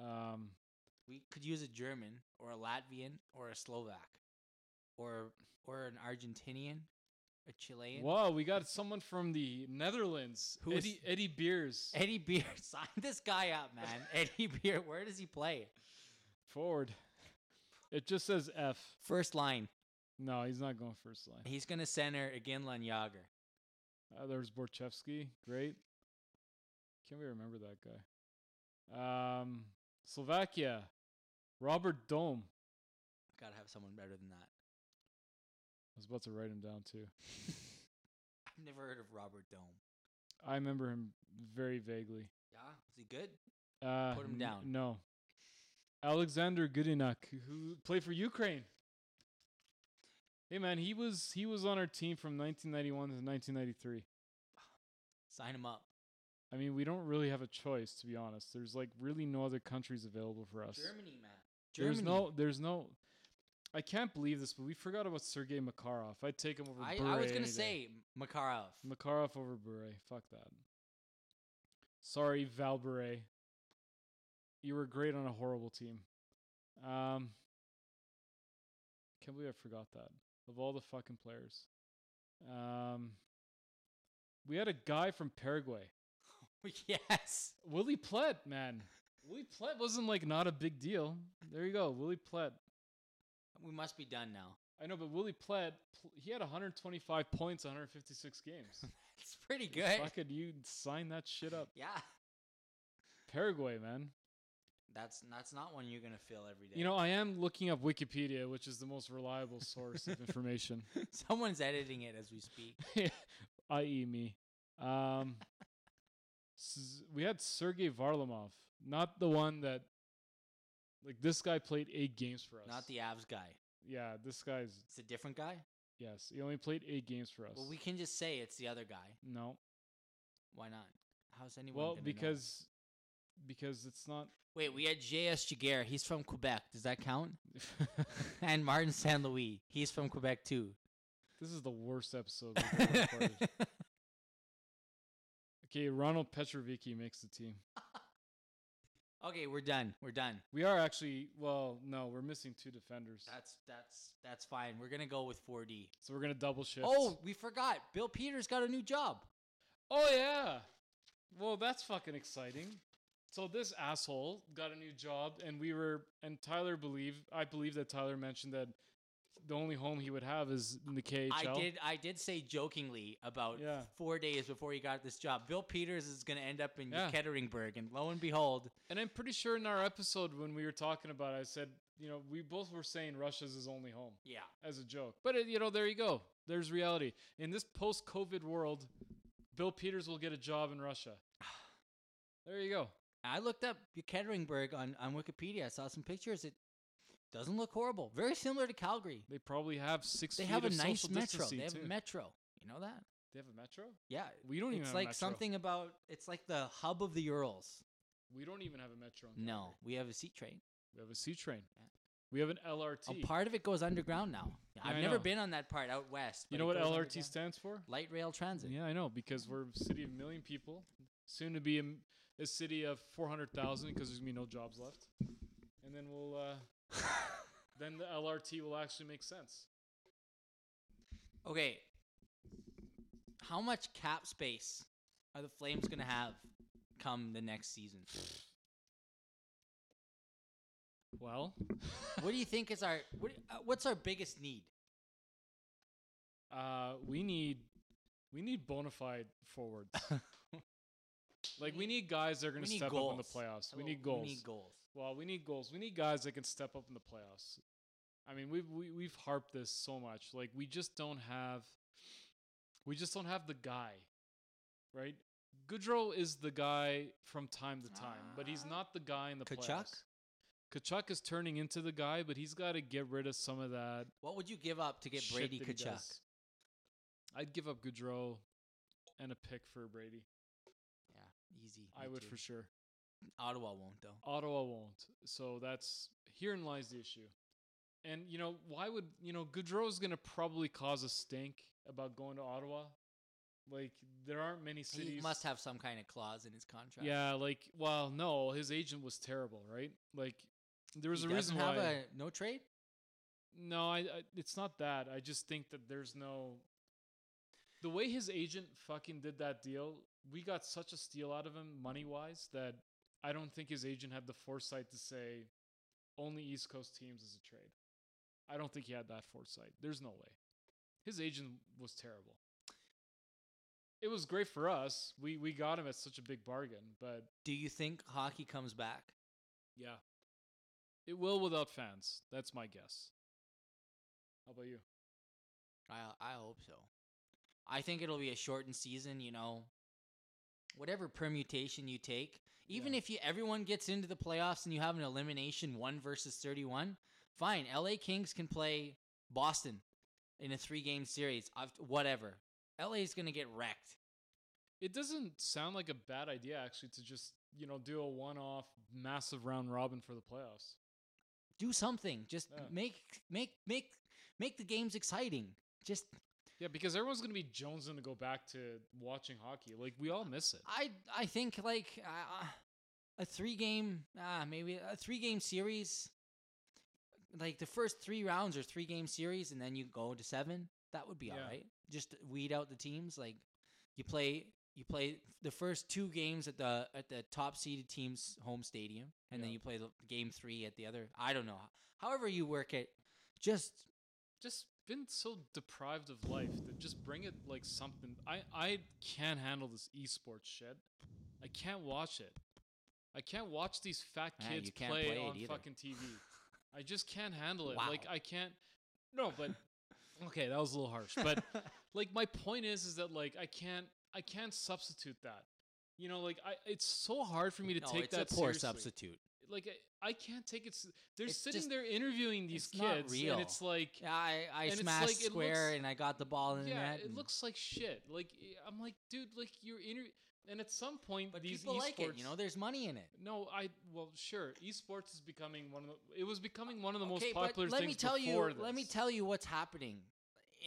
B: Um
A: We could use a German or a Latvian or a Slovak or or an Argentinian, a Chilean.
B: Whoa, we got someone from the Netherlands.
A: Who is-
B: Eddie Eddie Beers.
A: Eddie Beer, sign this guy up, man. Eddie Beer, where does he play?
B: Forward. It just says F.
A: First line.
B: No, he's not going first line.
A: He's gonna center again Lanyager.
B: Uh, there's Borchevsky. Great. Can't we remember that guy? Um Slovakia. Robert Dome.
A: Gotta have someone better than that.
B: I was about to write him down too.
A: I've never heard of Robert Dome.
B: I remember him very vaguely.
A: Yeah, is he good?
B: Uh,
A: Put him
B: n-
A: down.
B: No. Alexander Goodinuk, who played for Ukraine. Hey man, he was he was on our team from 1991 to 1993.
A: Sign him up.
B: I mean, we don't really have a choice to be honest. There's like really no other countries available for us.
A: Germany, man. Germany.
B: There's no there's no I can't believe this, but we forgot about Sergei Makarov. I'd take him over
A: I,
B: Bure
A: I was gonna
B: any day.
A: say Makarov.
B: Makarov over Bure. Fuck that. Sorry, Val Bure. You were great on a horrible team. Um, can't believe I forgot that. Of all the fucking players, um, we had a guy from Paraguay,
A: yes.
B: Willie Plett. Man, Willie Plett wasn't like not a big deal. There you go, Willie Plett.
A: We must be done now.
B: I know, but Willie Plett, pl- he had 125 points, 156 games.
A: It's pretty good.
B: Fucking, you sign that shit up.
A: Yeah.
B: Paraguay, man.
A: That's that's not one you're gonna feel every day.
B: You know, I am looking up Wikipedia, which is the most reliable source of information,
A: someone's editing it as we speak.
B: i.e., e, me. Um, s- we had Sergei Varlamov, not the one that, like, this guy played eight games for us.
A: Not the abs guy.
B: Yeah, this guy's
A: It's a different guy.
B: yes. He only played eight games for us.
A: Well, we can just say it's the other guy.
B: no.
A: Why not? How's anyone?
B: Well,
A: gonna know?
B: because because it's not.
A: wait, we had J.S. Jaguar. He's from Quebec. Does that count? and Martin San Louis. He's from Quebec too.
B: this is the worst episode. We've ever recorded. okay, Ronald Petrovicki makes the team.
A: okay, we're done. We're done.
B: We are actually well, no, we're missing two defenders.
A: That's that's that's fine. We're gonna go with 4D.
B: so we're gonna double shift.
A: Oh, we forgot. Bill Peters got a new job.
B: oh yeah. Well, that's fucking exciting. So this asshole got a new job, and we were and Tyler believe I believe that Tyler mentioned that the only home he would have is in the KHL.
A: I did. I did say jokingly about
B: Yeah.
A: four days before he got this job. Bill Peters is going to end up in
B: Yeah.
A: Yekaterinburg, and lo and behold,
B: and I'm pretty sure in our episode when we were talking about, it, I said you know we both were saying Russia's his only home
A: yeah,
B: as a joke, but it, you know there you go. There's reality in this post-COVID world. Bill Peters will get a job in Russia. There you go.
A: I looked up Yekaterinburg on on Wikipedia. I saw some pictures. It doesn't look horrible. Very similar to Calgary.
B: They probably have six.
A: They
B: feet
A: have a
B: of
A: nice
B: social
A: metro.
B: distancing,
A: They have
B: too.
A: a metro. You know that?
B: They have a metro.
A: Yeah.
B: We don't even.
A: It's
B: have a
A: like
B: metro.
A: something about. It's like the hub of the Urals.
B: We don't even have a metro. in
A: No,
B: Calgary.
A: we have a sea train.
B: We have a C train.
A: Yeah.
B: We have an LRT.
A: A part of it goes underground now. I've
B: I
A: never
B: know.
A: been on that part out west.
B: you
A: but
B: know
A: it
B: what
A: goes
B: LRT
A: underground.
B: stands for?
A: Light rail transit.
B: Yeah, I know because we're a city of a million people, soon to be a, m- a city of four hundred thousand because there's gonna be no jobs left, and then we'll uh, then the LRT will actually make sense.
A: Okay. How much cap space are the Flames going to have come the next season.
B: Well,
A: what do you think is our what, uh, what's our biggest need?
B: uh, we need we need bona fide forwards. like we need guys that are going
A: we
B: to
A: need
B: step up in the
A: goals.
B: playoffs. We
A: Well,
B: need goals.
A: We need goals.
B: Well, we need goals. We need guys that can step up in the playoffs. I mean, we've we, we've harped this so much. Like we just don't have, we just don't have the guy, right? Goodrow is the guy from time to time, but he's
A: Ah.
B: not the guy in the
A: Kachuk?
B: playoffs. Kachuk is turning into the guy, but he's got to get rid of some of that.
A: What would you give up to get
B: shit
A: Brady
B: that he
A: Kachuk?
B: does. I'd give up Goudreau and a pick for Brady.
A: Yeah, easy.
B: I
A: me
B: would
A: too.
B: for sure.
A: Ottawa won't though.
B: Ottawa won't. So that's herein lies the issue. And you know why would you know Goudreau is going to probably cause a stink about going to Ottawa. Like there aren't many cities.
A: He must have some kind of clause in his contract.
B: Yeah, like well, no, his agent was terrible, right? Like there was
A: he
B: a
A: doesn't
B: reason
A: have
B: why.
A: a no trade.
B: No, I, I it's not that. I just think that there's no the way his agent fucking did that deal, we got such a steal out of him money wise that I don't think his agent had the foresight to say only East Coast teams is a trade. I don't think he had that foresight. There's no way. His agent was terrible. It was great for us. We we got him at such a big bargain, but
A: Do you think hockey comes back?
B: yeah. It will without fans. That's my guess. How about you?
A: I I hope so. I think it'll be a shortened season, you know. Whatever permutation you take, even
B: Yeah.
A: if you everyone gets into the playoffs and you have an elimination 1 versus 31, fine. LA Kings can play Boston in a 3-game series. I've, whatever. LA's going to get wrecked.
B: It doesn't sound like a bad idea actually to just, you know, do a one-off massive round robin for the playoffs.
A: Do something. Just
B: Yeah.
A: make make make make the games exciting. Just
B: Yeah, because everyone's going to be jonesing to go back to watching hockey. Like we all miss it.
A: I I think like uh, a three game ah maybe a three game series, like the first three rounds are three game series, and then you go to seven. That would be all
B: Yeah.
A: right. Just weed out the teams. Like you play you play the first two games at the at the top seeded team's home stadium, and then
B: Yeah.
A: you play the game three at the other. I don't know. However you work it, just
B: Just been so deprived of life that just bring it like something. I I can't handle this esports shit. I can't watch it. I can't watch these fat
A: Yeah,
B: kids
A: Ah, you can't
B: play,
A: play it
B: on
A: either.
B: fucking TV. I just can't handle it.
A: Wow.
B: Like I can't. No, but okay, that was a little harsh, but. like my point is is that like i can't i can't substitute that you know like i it's so hard for me to
A: no,
B: take
A: it's
B: that
A: a poor
B: seriously.
A: substitute.
B: like I, I can't take it s- they're
A: It's
B: sitting
A: just-
B: there interviewing these
A: it's not
B: kids
A: real.
B: and it's like
A: Yeah, I, I
B: And it's
A: smashed
B: like, it
A: square
B: looks-
A: and I got the ball in the
B: yeah
A: net.
B: it
A: and-
B: looks like shit like i- i'm like dude like you're inter and at some point
A: But
B: these
A: people like it. You
B: esports-
A: know, there's money in it.
B: no i well sure esports is becoming one of the it was becoming one of the
A: Okay,
B: most popular
A: but let
B: things
A: me tell you.
B: before
A: Let me
B: this.
A: tell you what's happening.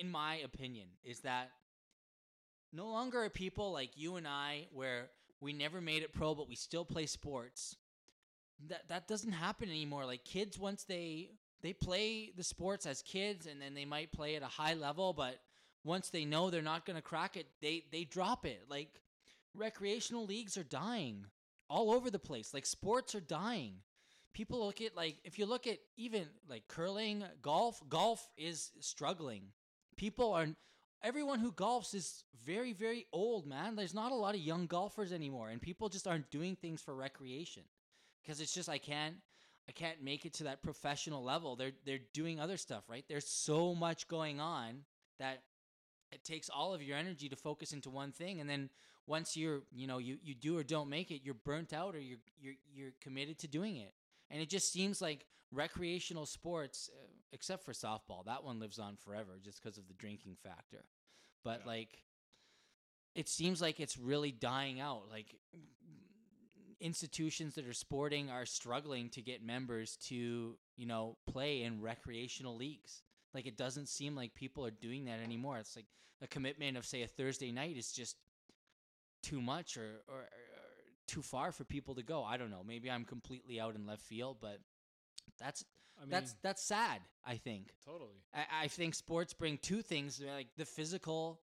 A: In my opinion, is that no longer are people like you and I, where we never made it pro, but we still play sports. That that doesn't happen anymore. Like kids, once they they play the sports as kids, and then they might play at a high level, but once they know they're not going to crack it, they they drop it. Like recreational leagues are dying all over the place. Like sports are dying. People look at like if you look at even like curling, golf, golf is struggling. People are everyone who golfs is very very old, man. There's not a lot of young golfers anymore and people just aren't doing things for recreation because it's just I can't I can't make it to that professional level. They're they're doing other stuff, right? There's so much going on that it takes all of your energy to focus into one thing and then once you're you know you, you do or don't make it you're burnt out or you're you're you're committed to doing it and it just seems like recreational sports uh, except for softball that one lives on forever just because of the drinking factor but
B: Yeah.
A: like it seems like it's really dying out like institutions that are sporting are struggling to get members to you know play in recreational leagues like it doesn't seem like people are doing that anymore it's like a commitment of say a thursday night is just too much or, or, or too far for people to go i don't know maybe i'm completely out in left field but that's
B: i mean
A: that's that's sad i think
B: totally
A: I, I think sports bring two things like the physical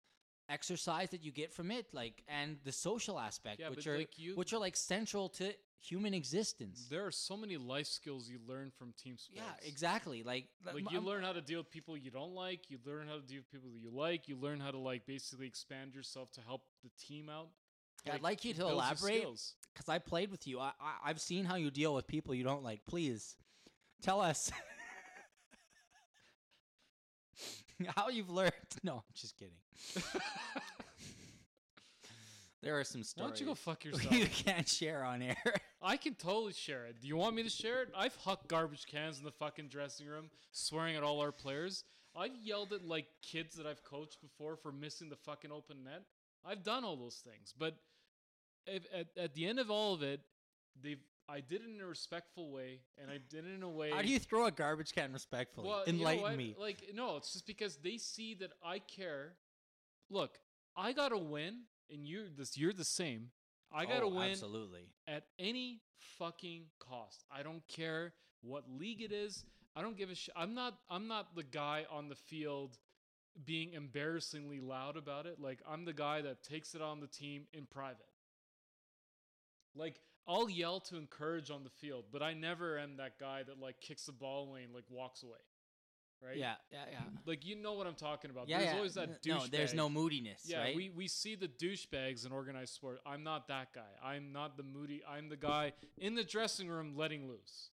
A: exercise that you get from it, like and the social aspect,
B: Yeah,
A: which
B: but
A: are
B: like you,
A: which are like central to human existence.
B: there are so many life skills you learn from team sports.
A: Yeah, exactly. Like,
B: Like you learn how to deal with people you don't like. You learn how to deal with people that you like. You learn how to like basically expand yourself to help the team out.
A: I'd like you
B: it
A: to
B: builds your
A: elaborate
B: skills.
A: because I played with you. I, I I've seen how you deal with people you don't like. Please tell us how you've learned. No, I'm just kidding. there are some
B: Why
A: stories
B: don't you go fuck
A: you
B: yourself?
A: can't share on air.
B: I can totally share it. Do you want me to share it? I've hucked garbage cans in the fucking dressing room, swearing at all our players. I've yelled at like kids that I've coached before for missing the fucking open net. I've done all those things, but if, at, at the end of all of it, they've I did it in a respectful way, and I did it in a way.
A: how do you throw a garbage can respectfully?
B: Well, you know
A: Enlighten
B: what?
A: me.
B: Like, no, it's just because they see that I care. Look, I gotta win, and you're this. You're the same. I gotta
A: Oh,
B: win
A: Absolutely.
B: at any fucking cost. I don't care what league it is. I don't give a shit. I'm not. I'm not the guy on the field being embarrassingly loud about it. Like I'm the guy that takes it on the team in private. Like I'll yell to encourage on the field, but I never am that guy that like kicks the ball away and like walks away. Right?
A: Yeah, yeah, yeah.
B: Like you know what I'm talking about.
A: yeah
B: there's
A: yeah.
B: always that
A: N- No, there's
B: douchebag.
A: no moodiness,
B: Yeah,
A: right?
B: we, we see the douchebags in organized sport. I'm not that guy. I'm not the moody. I'm the guy in the dressing room letting loose.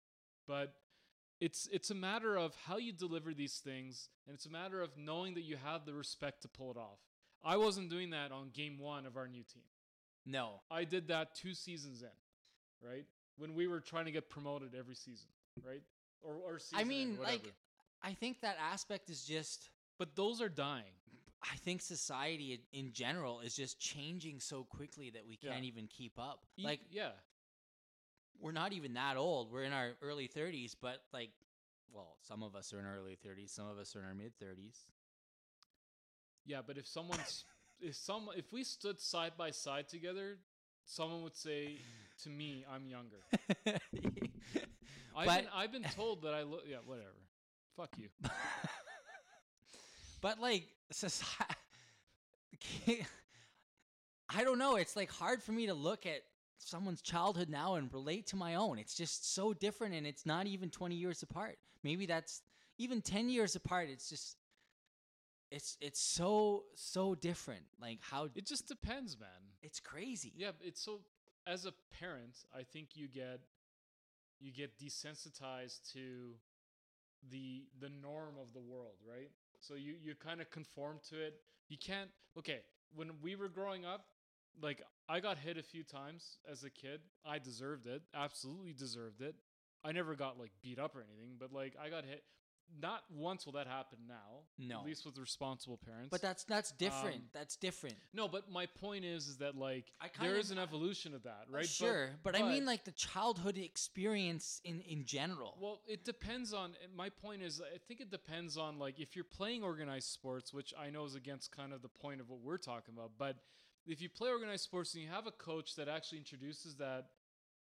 B: But it's it's a matter of how you deliver these things, and it's a matter of knowing that you have the respect to pull it off. I wasn't doing that on game one of our new team.
A: no.
B: I did that two seasons in, right? When we were trying to get promoted every season, right? Or or season.
A: I
B: in,
A: mean, like,
B: whatever.
A: I think that aspect is just.
B: but those are dying.
A: I think society i- in general is just changing so quickly that we
B: Yeah.
A: can't even keep up.
B: E-
A: Like
B: yeah,
A: we're not even that old. We're in our early 30s, but like well, some of us are in our early 30s, some of us are in our mid 30s.
B: Yeah, but if someone's if some if we stood side by side together, someone would say to me, "I'm younger." I've
A: But-
B: been, I've been told that I look. Yeah, whatever. Fuck you.
A: but like society I don't know, it's like hard for me to look at someone's childhood now and relate to my own. It's just so different and it's not even 20 years apart. Maybe that's even 10 years apart. It's just it's it's so so different. Like how
B: It just depends, man.
A: it's crazy.
B: Yeah, but it's so. As a parent, I think you get you get desensitized to the the norm of the world, right? So you you kind of conform to it. You can't. Okay, when we were growing up, like I got hit a few times as a kid. I deserved it. Absolutely deserved it. I never got like beat up or anything, but like I got hit. Not once will that happen now.
A: No.
B: at least with responsible parents.
A: But that's that's different.
B: Um,
A: that's different.
B: no, but my point is, is that like
A: I
B: there
A: kinda-
B: is an evolution of that, right? But-
A: Sure, but, I mean
B: but-
A: like the childhood experience in in general.
B: Well, it depends on. My point is, I think it depends on like if you're playing organized sports, which I know is against kind of the point of what we're talking about. But if you play organized sports and you have a coach that actually introduces that,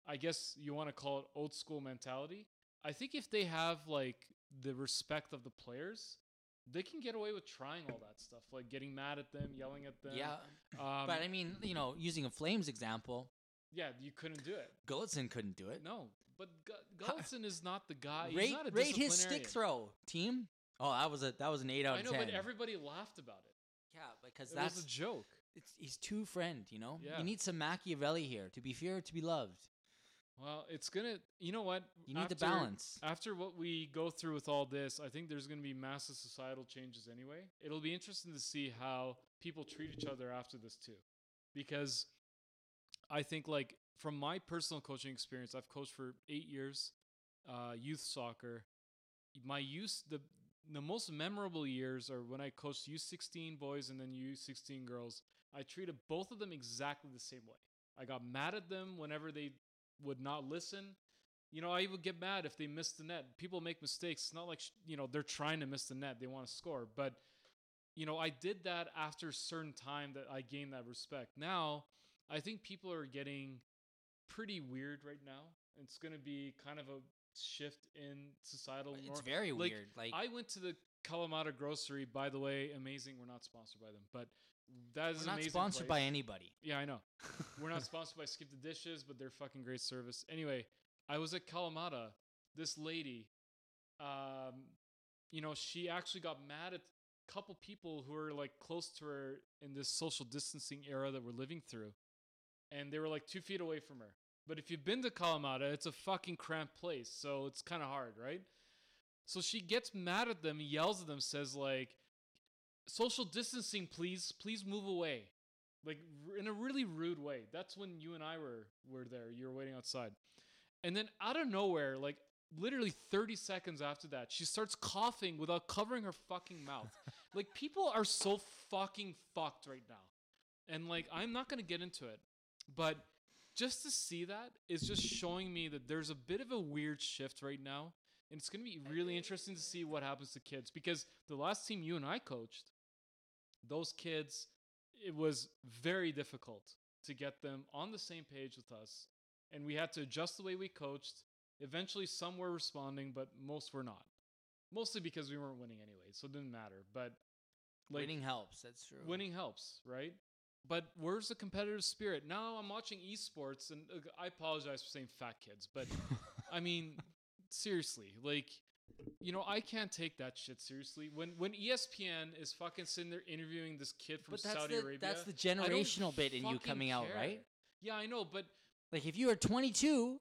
B: I guess you want to call it old school mentality. I think if they have like the respect of the players, they can get away with trying all that stuff, like getting mad at them, yelling at them.
A: yeah,
B: um,
A: but I mean, you know, using a Flames example,
B: yeah, you couldn't do it.
A: Gullitson couldn't do it.
B: No, but Gu- Gullison is not the guy. he's
A: rate
B: not a
A: rate his
B: disciplinarian.
A: stick throw, team. Oh, that was a that was an eight out
B: I
A: of
B: know,
A: ten.
B: but everybody laughed about it.
A: yeah, because
B: It
A: that's
B: was a joke.
A: it's, he's too friend. You know,
B: Yeah.
A: you need some Machiavelli here to be feared, to be loved.
B: Well, it's gonna. You know what?
A: You need
B: After- uh,
A: the balance.
B: After what we go through with all this, I think there's gonna be massive societal changes anyway. It'll be interesting to see how people treat each other after this too, because I think like from my personal coaching experience, I've coached for eight years, uh, youth soccer. My youth the the most memorable years are when I coached U16 boys and then U16 girls. I treated both of them exactly the same way. I got mad at them whenever they would not listen. You know, I would get mad if they missed the net. People make mistakes. It's not like, sh- you know, they're trying to miss the net, they want to score. But, you know, I did that after a certain time that I gained that respect. Now, I think people are getting pretty weird right now. It's going to be kind of a shift in societal
A: It's
B: norm.
A: very
B: like,
A: weird. Like
B: I went to the Kalamata grocery, by the way, amazing. We're not sponsored by them, but That is
A: We're
B: an
A: not
B: amazing
A: sponsored by
B: place.
A: anybody.
B: Yeah, I know. We're not sponsored by Skip the Dishes, but they're fucking great service. Anyway, I was at Kalamata. This lady, um, you know, she actually got mad at a couple people who were like close to her in this social distancing era that we're living through. And they were like two feet away from her. But if you've been to Kalamata, it's a fucking cramped place. So it's kind of hard, right? So she gets mad at them, yells at them, says, like, social distancing, please, please move away like r- in a really rude way. That's when you and I were were there. You were waiting outside, and then out of nowhere, like literally 30 seconds after that, she starts coughing without covering her fucking mouth. like people are so fucking fucked right now, and like I'm not gonna get into it, but just to see that is just showing me that there's a bit of a weird shift right now. And it's going to be really interesting to see what happens to kids because the last team you and I coached, those kids, it was very difficult to get them on the same page with us. And we had to adjust the way we coached. Eventually, some were responding, but most were not. Mostly because we weren't winning anyway, so it didn't matter. But like,
A: winning helps. That's true.
B: winning helps, right? But where's the competitive spirit? Now I'm watching esports, and uh, I apologize for saying fat kids, but I mean, seriously, like, you know, I can't take that shit seriously. When when E ESPN is fucking sitting there interviewing this kid from
A: but that's
B: Saudi
A: the,
B: Arabia,
A: That's the
B: I don't
A: generational bit in you
B: fucking
A: coming out,
B: care.
A: right?
B: Yeah, I know, but
A: Like if you are 22,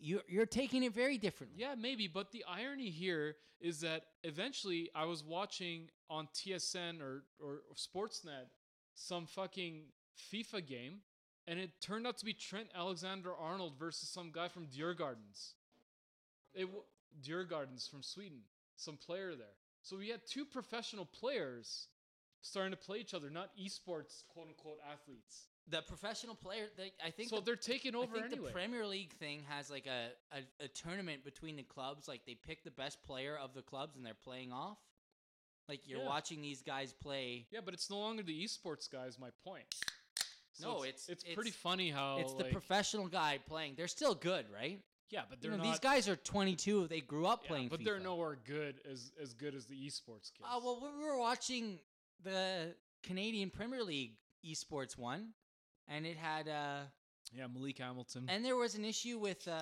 A: you're you're taking it very differently.
B: yeah, maybe. But the irony here is that eventually I was watching on TSN or, or Sportsnet some fucking FIFA game, and it turned out to be Trent Alexander Arnold versus some guy from Deer Gardens. It w- Deer Gardens from Sweden, some player there. So we had two professional players starting to play each other, not esports quote unquote athletes.
A: The professional player, they, I think.
B: so
A: the,
B: they're taking
A: I
B: over
A: think
B: anyway.
A: the Premier League thing has like a, a a tournament between the clubs. Like they pick the best player of the clubs and they're playing off. Like you're
B: Yeah.
A: watching these guys play.
B: Yeah, but it's no longer the esports guy. Is my point. So
A: No,
B: it's,
A: it's-
B: it's pretty
A: it's-
B: funny how
A: it's the
B: Oh, like-
A: professional guy playing. They're still good, right?
B: yeah, but
A: You
B: they're
A: know,
B: not
A: these guys are 22. They grew up
B: yeah,
A: playing.
B: but they're
A: FIFA.
B: nowhere good as as good as the esports kids.
A: Uh, well, we were watching the Canadian Premier League esports one, and it had uh,
B: yeah, Malik Hamilton.
A: and there was an issue with uh,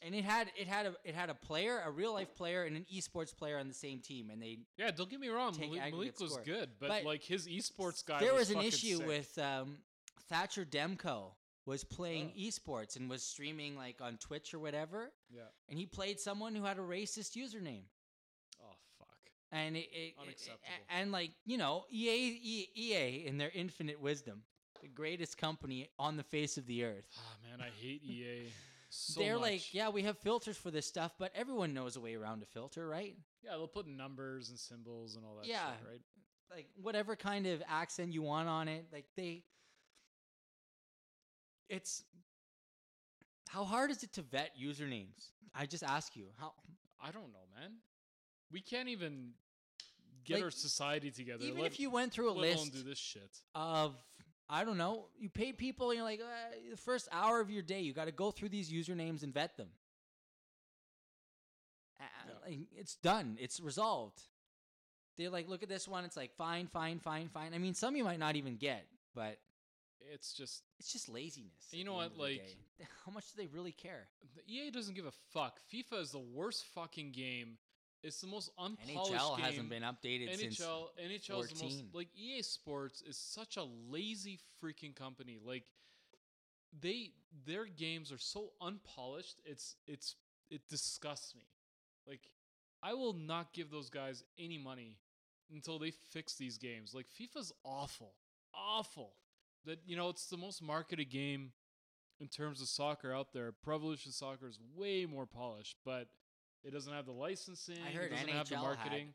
A: and it had it had a it had a player, a real life player, and an esports player on the same team, and they
B: yeah, don't get me wrong,
A: take
B: Malik,
A: aggregate
B: Malik was
A: score.
B: good, but,
A: But
B: like his esports guy.
A: there was,
B: was,
A: an
B: fucking
A: issue
B: sick.
A: with um, Thatcher Demko was playing
B: Oh.
A: esports and was streaming like on Twitch or whatever,
B: yeah.
A: and he played someone who had a racist username.
B: Oh fuck.
A: and it, it- it-
B: Unacceptable.
A: a- and like you know, EA, E- EA, in their infinite wisdom, the greatest company on the face of the earth.
B: Ah man, I hate EA. So
A: They're
B: much.
A: like, yeah, we have filters for this stuff, but everyone knows a way around a filter, right?
B: yeah, they'll put numbers and symbols and all that.
A: Yeah.
B: shit, right.
A: Like whatever kind of accent you want on it, like they. It's how hard is it to vet usernames? I just ask you how.
B: I don't know, man. We can't even get
A: Like,
B: our society together.
A: Even
B: let-
A: if you went through a
B: let alone
A: list
B: do this shit.
A: of I don't know. You pay people, and you're like uh, the first hour of your day, you got to go through these usernames and vet them. Uh,
B: Yeah.
A: like, it's done. It's resolved. They're like, look at this one. It's like fine, fine, fine, fine. I mean, some you might not even get, but
B: It's just
A: it's just laziness.
B: You
A: at
B: know
A: the
B: what,
A: end of the
B: like-
A: day. how much do they really care?
B: The EA doesn't give a fuck. FIFA is the worst fucking game. It's the most unpolished
A: NHL
B: game.
A: hasn't been updated since.
B: NHL NHL is the most
A: 14.
B: like EA Sports is such a lazy freaking company. Like they their games are so unpolished. It's it's it disgusts me. Like I will not give those guys any money until they fix these games. Like FIFA's awful. Awful. That you know, it's the most marketed game in terms of soccer out there. Pro Evolution Soccer is way more polished, but it doesn't have the licensing.
A: heard
B: it doesn't have the
A: NHL had-
B: marketing.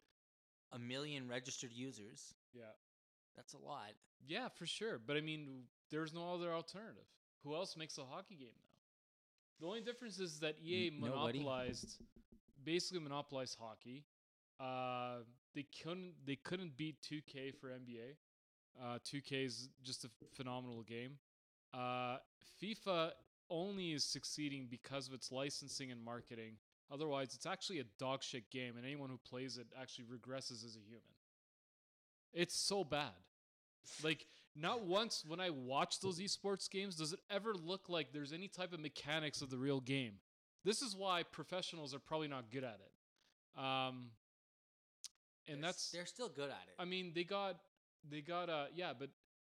A: A million registered users.
B: Yeah.
A: That's a lot.
B: Yeah, for sure. But I mean, there's no other alternative. Who else makes a hockey game now? The only difference is that EA
A: N- nobody.
B: monopolized, basically monopolized hockey. Uh, they couldn't they couldn't beat 2K for NBA. Uh, 2K is just a phenomenal game. Uh, FIFA only is succeeding because of its licensing and marketing. Otherwise, it's actually a dog shit game, and anyone who plays it actually regresses as a human. It's so bad. Like not once when I watch those esports games does it ever look like there's any type of mechanics of the real game. This is why professionals are probably not good at it. Um, and
A: They're s-
B: that's
A: they're still good at it.
B: I mean, they got they got uh yeah, but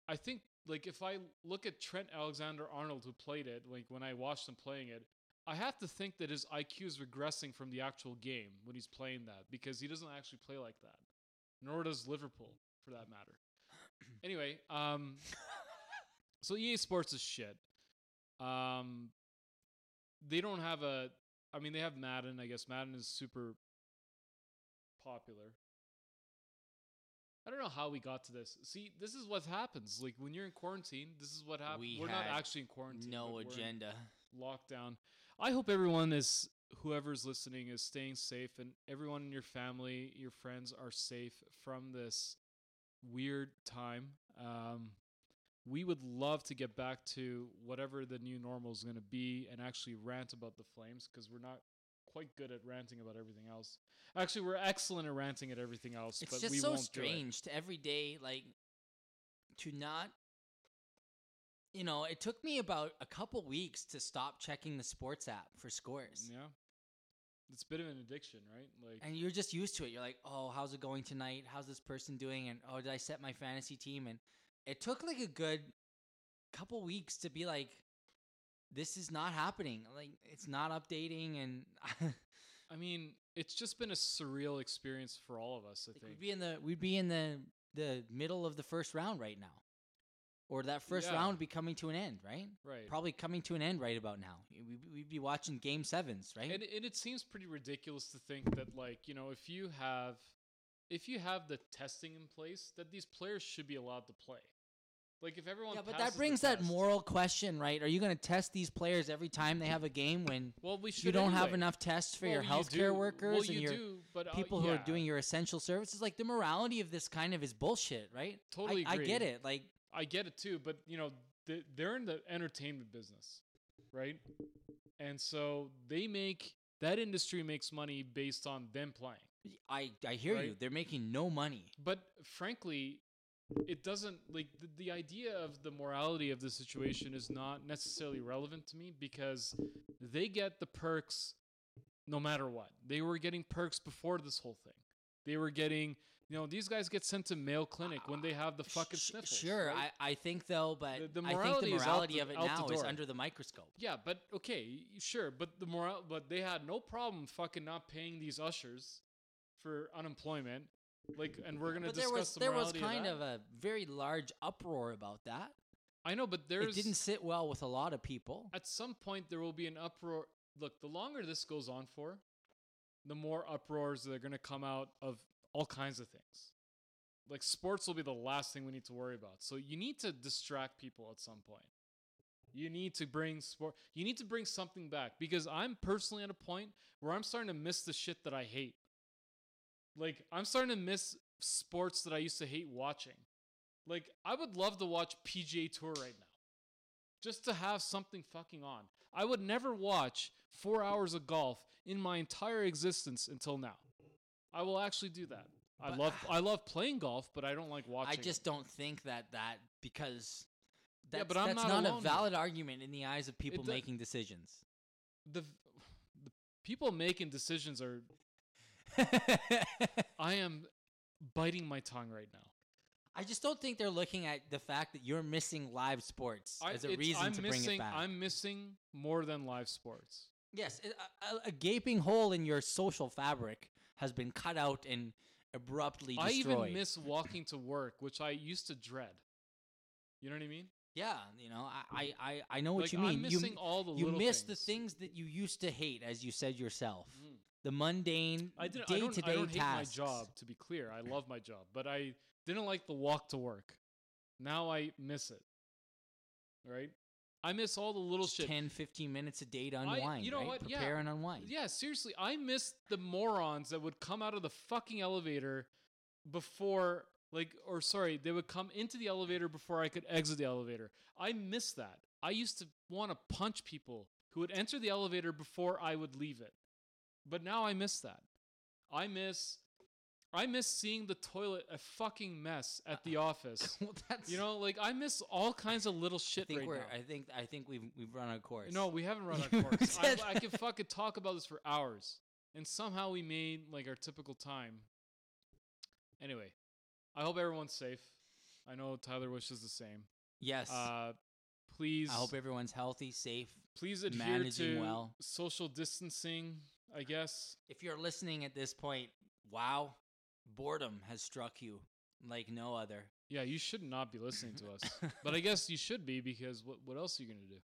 B: I think like if I look at Trent Alexander Arnold who played it, like when I watched him playing it, I have to think that his IQ is regressing from the actual game when he's playing that because he doesn't actually play like that. Nor does Liverpool for that matter. anyway, um so EA Sports is shit. Um they don't have a I mean they have Madden, I guess Madden is super popular. I don't know how we got to this. See, this is what happens. Like when you're in quarantine, this is what happens.
A: We
B: We are not
A: had
B: actually in quarantine. but
A: no
B: we're in
A: agenda.
B: Lockdown. I hope everyone is whoever's listening is staying safe and everyone in your family, your friends are safe from this weird time. Um we would love to get back to whatever the new normal is going to be and actually rant about the flames because we're not quite good at ranting about everything else. Actually, we're excellent at ranting at everything else,
A: It's
B: but
A: just
B: we
A: so
B: won't do it.
A: strange to every day, like to not. You know, it took me about a couple weeks to stop checking the sports app for scores.
B: Yeah. It's a bit of an addiction, right? Like
A: And you're just used to it. You're like, oh, how's it going tonight? How's this person doing? And oh, did I set my fantasy team? And it took like a good couple weeks to be like, this is not happening. Like, it's not updating. And
B: I mean, it's just been a surreal experience for all of us, I
A: like,
B: think.
A: we'd be in the we'd be in the the middle of the first round right now, or that first
B: Yeah.
A: round be coming to an end, right?
B: right.
A: Probably coming to an end right about now. We'd, we'd be watching game sevens, right?
B: And, and it seems pretty ridiculous to think that like, you know, if you have if you have the testing in place, that these players should be allowed to play. Like if everyone
A: yeah, but
B: passes
A: that
B: the
A: brings that
B: test-
A: moral question, right? Are you going to test these players every time they have a game when?
B: Well, we should
A: you don't have
B: anyway.
A: enough tests for your
B: Well, you do-
A: healthcare workers
B: well,
A: and
B: you
A: your
B: do, but, uh,
A: people who
B: yeah,
A: are doing your essential services. Like the morality of this kind of is bullshit, right?
B: Totally
A: I, I get
B: agree.
A: it. Like
B: I get it too, but you know, th- they're in the entertainment business, right? And so they make that industry makes money based on them playing.
A: I, I hear you.
B: Right.
A: They're making no money.
B: But frankly, it doesn't like the, the idea of the morality of the situation is not necessarily relevant to me because they get the perks no matter what. They were getting perks before this whole thing. They were getting, you know, these guys get sent to Mayo Clinic when they have the fucking
A: Sh-
B: sniffles.
A: Sure,
B: right?
A: I, I think though, but
B: The- the
A: I think the
B: morality is out
A: morality
B: the-
A: of it
B: out the
A: now is
B: door.
A: under the microscope.
B: Yeah, but okay, y- sure, but the moral, but they had no problem fucking not paying these ushers for unemployment. Like, and we're gonna
A: But
B: discuss
A: there was
B: the
A: there was
B: morality
A: kind
B: of,
A: of,
B: that.
A: a very large uproar about that.
B: I know, but there's
A: it didn't sit well with a lot of people.
B: at some point there will be an uproar. Look, the longer this goes on for, the more uproars that are gonna come out of all kinds of things. Like sports will be the last thing we need to worry about. So you need to distract people at some point. You need to bring sport. You need to bring something back because I'm personally at a point where I'm starting to miss the shit that I hate. Like I'm starting to miss sports that I used to hate watching. Like I would love to watch PGA Tour right now, just to have something fucking on. I would never watch four hours of golf in my entire existence until now. I will actually do that. I
A: But-
B: love I love playing golf, but I don't like watching.
A: I
B: it.
A: just don't think that that because
B: Yeah,
A: that's,
B: but I'm
A: that's
B: not
A: not,
B: alone
A: a
B: here.
A: valid argument in the eyes of people
B: do-
A: making decisions.
B: the v- the people making decisions are. I am biting my tongue right now.
A: I just don't think they're looking at the fact that you're missing live sports
B: I-
A: as a
B: it's-
A: reason
B: I'm
A: to
B: missing,
A: bring it back.
B: I'm missing more than live sports.
A: yes, a- a, a gaping hole in your social fabric has been cut out and abruptly
B: I
A: destroyed.
B: even miss walking to work, which I used to dread. You know what I mean?
A: yeah, you know, I, I, I- I know what
B: like
A: you mean.
B: I'm
A: you
B: missing all the
A: you
B: little
A: miss
B: things.
A: the things that you used to hate, as you said yourself.
B: Mm.
A: The mundane
B: I didn't. I
A: day
B: don't,
A: to
B: I
A: day
B: don't
A: tasks.
B: hate my job. To be clear, I love my job, but I didn't like the walk to work. Now I miss it. Right? I miss all the little
A: Just
B: shit.
A: 10, 15 minutes a day to
B: I-
A: unwind.
B: you know
A: right?
B: what? Yeah.
A: Prepare and unwind.
B: Yeah, seriously, I missed the morons that would come out of the fucking elevator before like or sorry, they would come into the elevator before I could exit the elevator. I miss that. I used to want to punch people who would enter the elevator before I would leave it. But now I miss that. I miss I miss seeing the toilet a fucking mess at
A: Uh-uh.
B: the office.
A: well, that's
B: You know, like I miss all kinds of little
A: I
B: shit
A: think
B: right
A: we're.
B: now.
A: I think. I think we've we've run our course.
B: No, we haven't run
A: You
B: our course. I,
A: said
B: I could fucking talk about this for hours, and somehow we made like our typical time. Anyway, I hope everyone's safe. I know Tyler wishes the same.
A: Yes.
B: Uh, please,
A: I hope everyone's healthy, safe.
B: please adhere
A: managing
B: to
A: well.
B: social distancing. I guess.
A: If you're listening at this point, wow, boredom has struck you like no other.
B: Yeah, you should not be listening to us, but I guess you should be because what what else are you gonna do?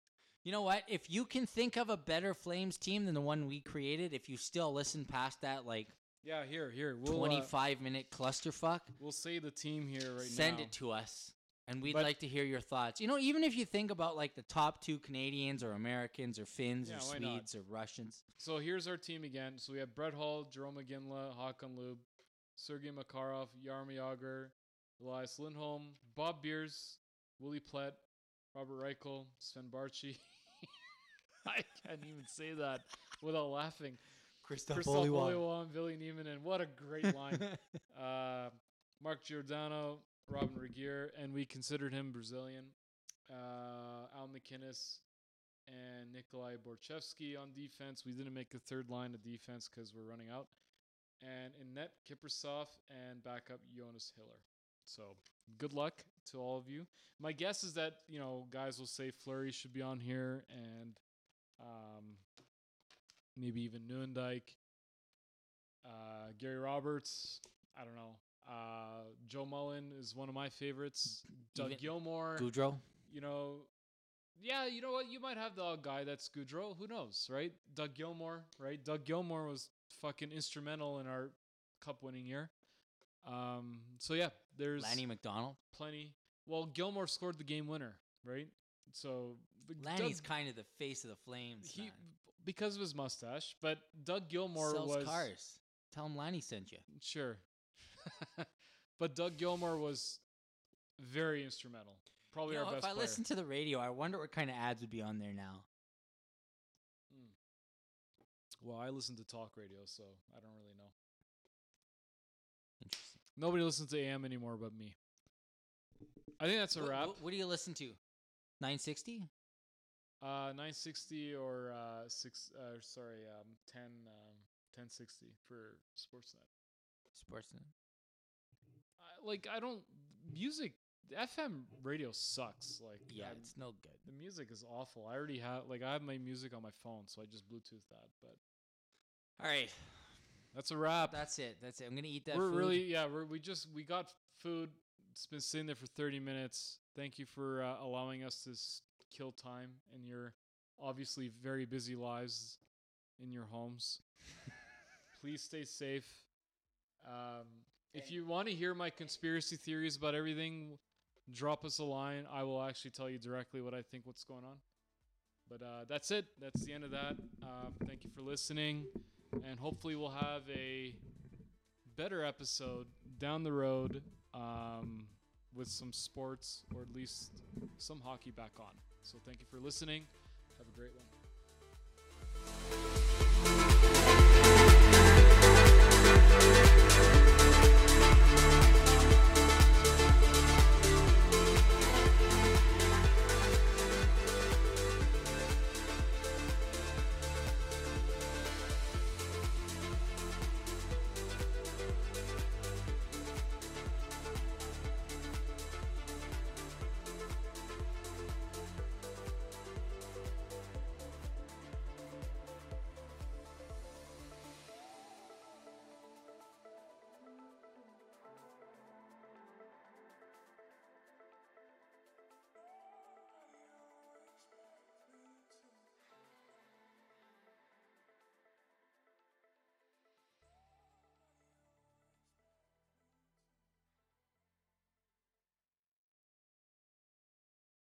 A: You know what? If you can think of a better Flames team than the one we created, if you still listen past that like
B: Yeah, here, here, we'll uh,
A: 25 minute clusterfuck,
B: we'll say the team here right
A: send
B: now.
A: it to us. And we'd
B: But-
A: like to hear your thoughts. You know, even if you think about like the top two Canadians or Americans or Finns
B: Yeah,
A: or
B: why not?
A: Swedes or Russians.
B: So here's our team again. So we have Brett Hall, Jerome Ginla, Hakan Lube, Sergei Makarov, Yarmy Yager, Elias Lindholm, Bob Beers, Willie Plett, Robert Reichel, Sven Barchi. I can't even say that without laughing.
A: Christoph
B: Christoph Olewan, Billy Neiman, and what a great line. uh, Mark Giordano, Robin Regier, and we considered him Brazilian. Uh, Al McInnes and Nikolai Borchevsky on defense. We didn't make a third line of defense because we're running out. And in net, Kiprasov and backup Jonas Hiller. So good luck to all of you. My guess is that you know guys will say Flurry should be on here and um, maybe even Newendike uh, Gary Roberts. I don't know. Uh, Joe Mullen is one of my favorites. Doug
A: Even-
B: Gilmore.
A: Goudreau.
B: You know, yeah, you know what? You might have the odd guy that's Goudreau. Who knows, right? Doug Gilmore, right? Doug Gilmore was fucking instrumental in our cup winning year. Um, so yeah, there's
A: Lanny McDonald.
B: plenty. Well, Gilmore scored the game winner, right? So the-
A: Lanny's
B: Doug-
A: kind of the face of the Flames.
B: he
A: man.
B: because of his mustache, but Doug Gilmore
A: sells
B: was
A: cars. Tell him Lanny sent you.
B: Sure. but Doug Gilmore was very instrumental. Probably
A: You know,
B: our
A: if
B: best
A: I
B: player.
A: listen to the radio, I wonder what kind of ads would be on there now.
B: well, I listen to talk radio, so I don't really know.
A: Interesting.
B: Nobody listens to AM anymore but me. I think that's a
A: Wh- wh-
B: wrap.
A: What, do you listen to? 960?
B: Uh, 960 or uh, six. Uh, sorry, um, 10, um, 1060 for Sportsnet.
A: Sportsnet.
B: I, like I don't music. FM radio sucks. Like
A: Yeah,
B: I'm-
A: it's no good.
B: The music is awful. I already have like I have my music on my phone, so I just Bluetooth that. But
A: All right.
B: that's a wrap.
A: That's it. That's it. I'm going to eat that
B: we're
A: food.
B: really yeah. We're, we just we got food. It's been sitting there for thirty minutes. Thank you for uh, allowing us to s- kill time in your obviously very busy lives in your homes. Please stay safe. Um, if
A: And-
B: you want to hear my conspiracy theories about everything, drop us a line. I will actually tell you directly what I think what's going on. But uh, that's it. That's the end of that. Um, thank you for listening, and hopefully we'll have a better episode down the road um, with some sports or at least some hockey back on. So thank you for listening. Have a great one.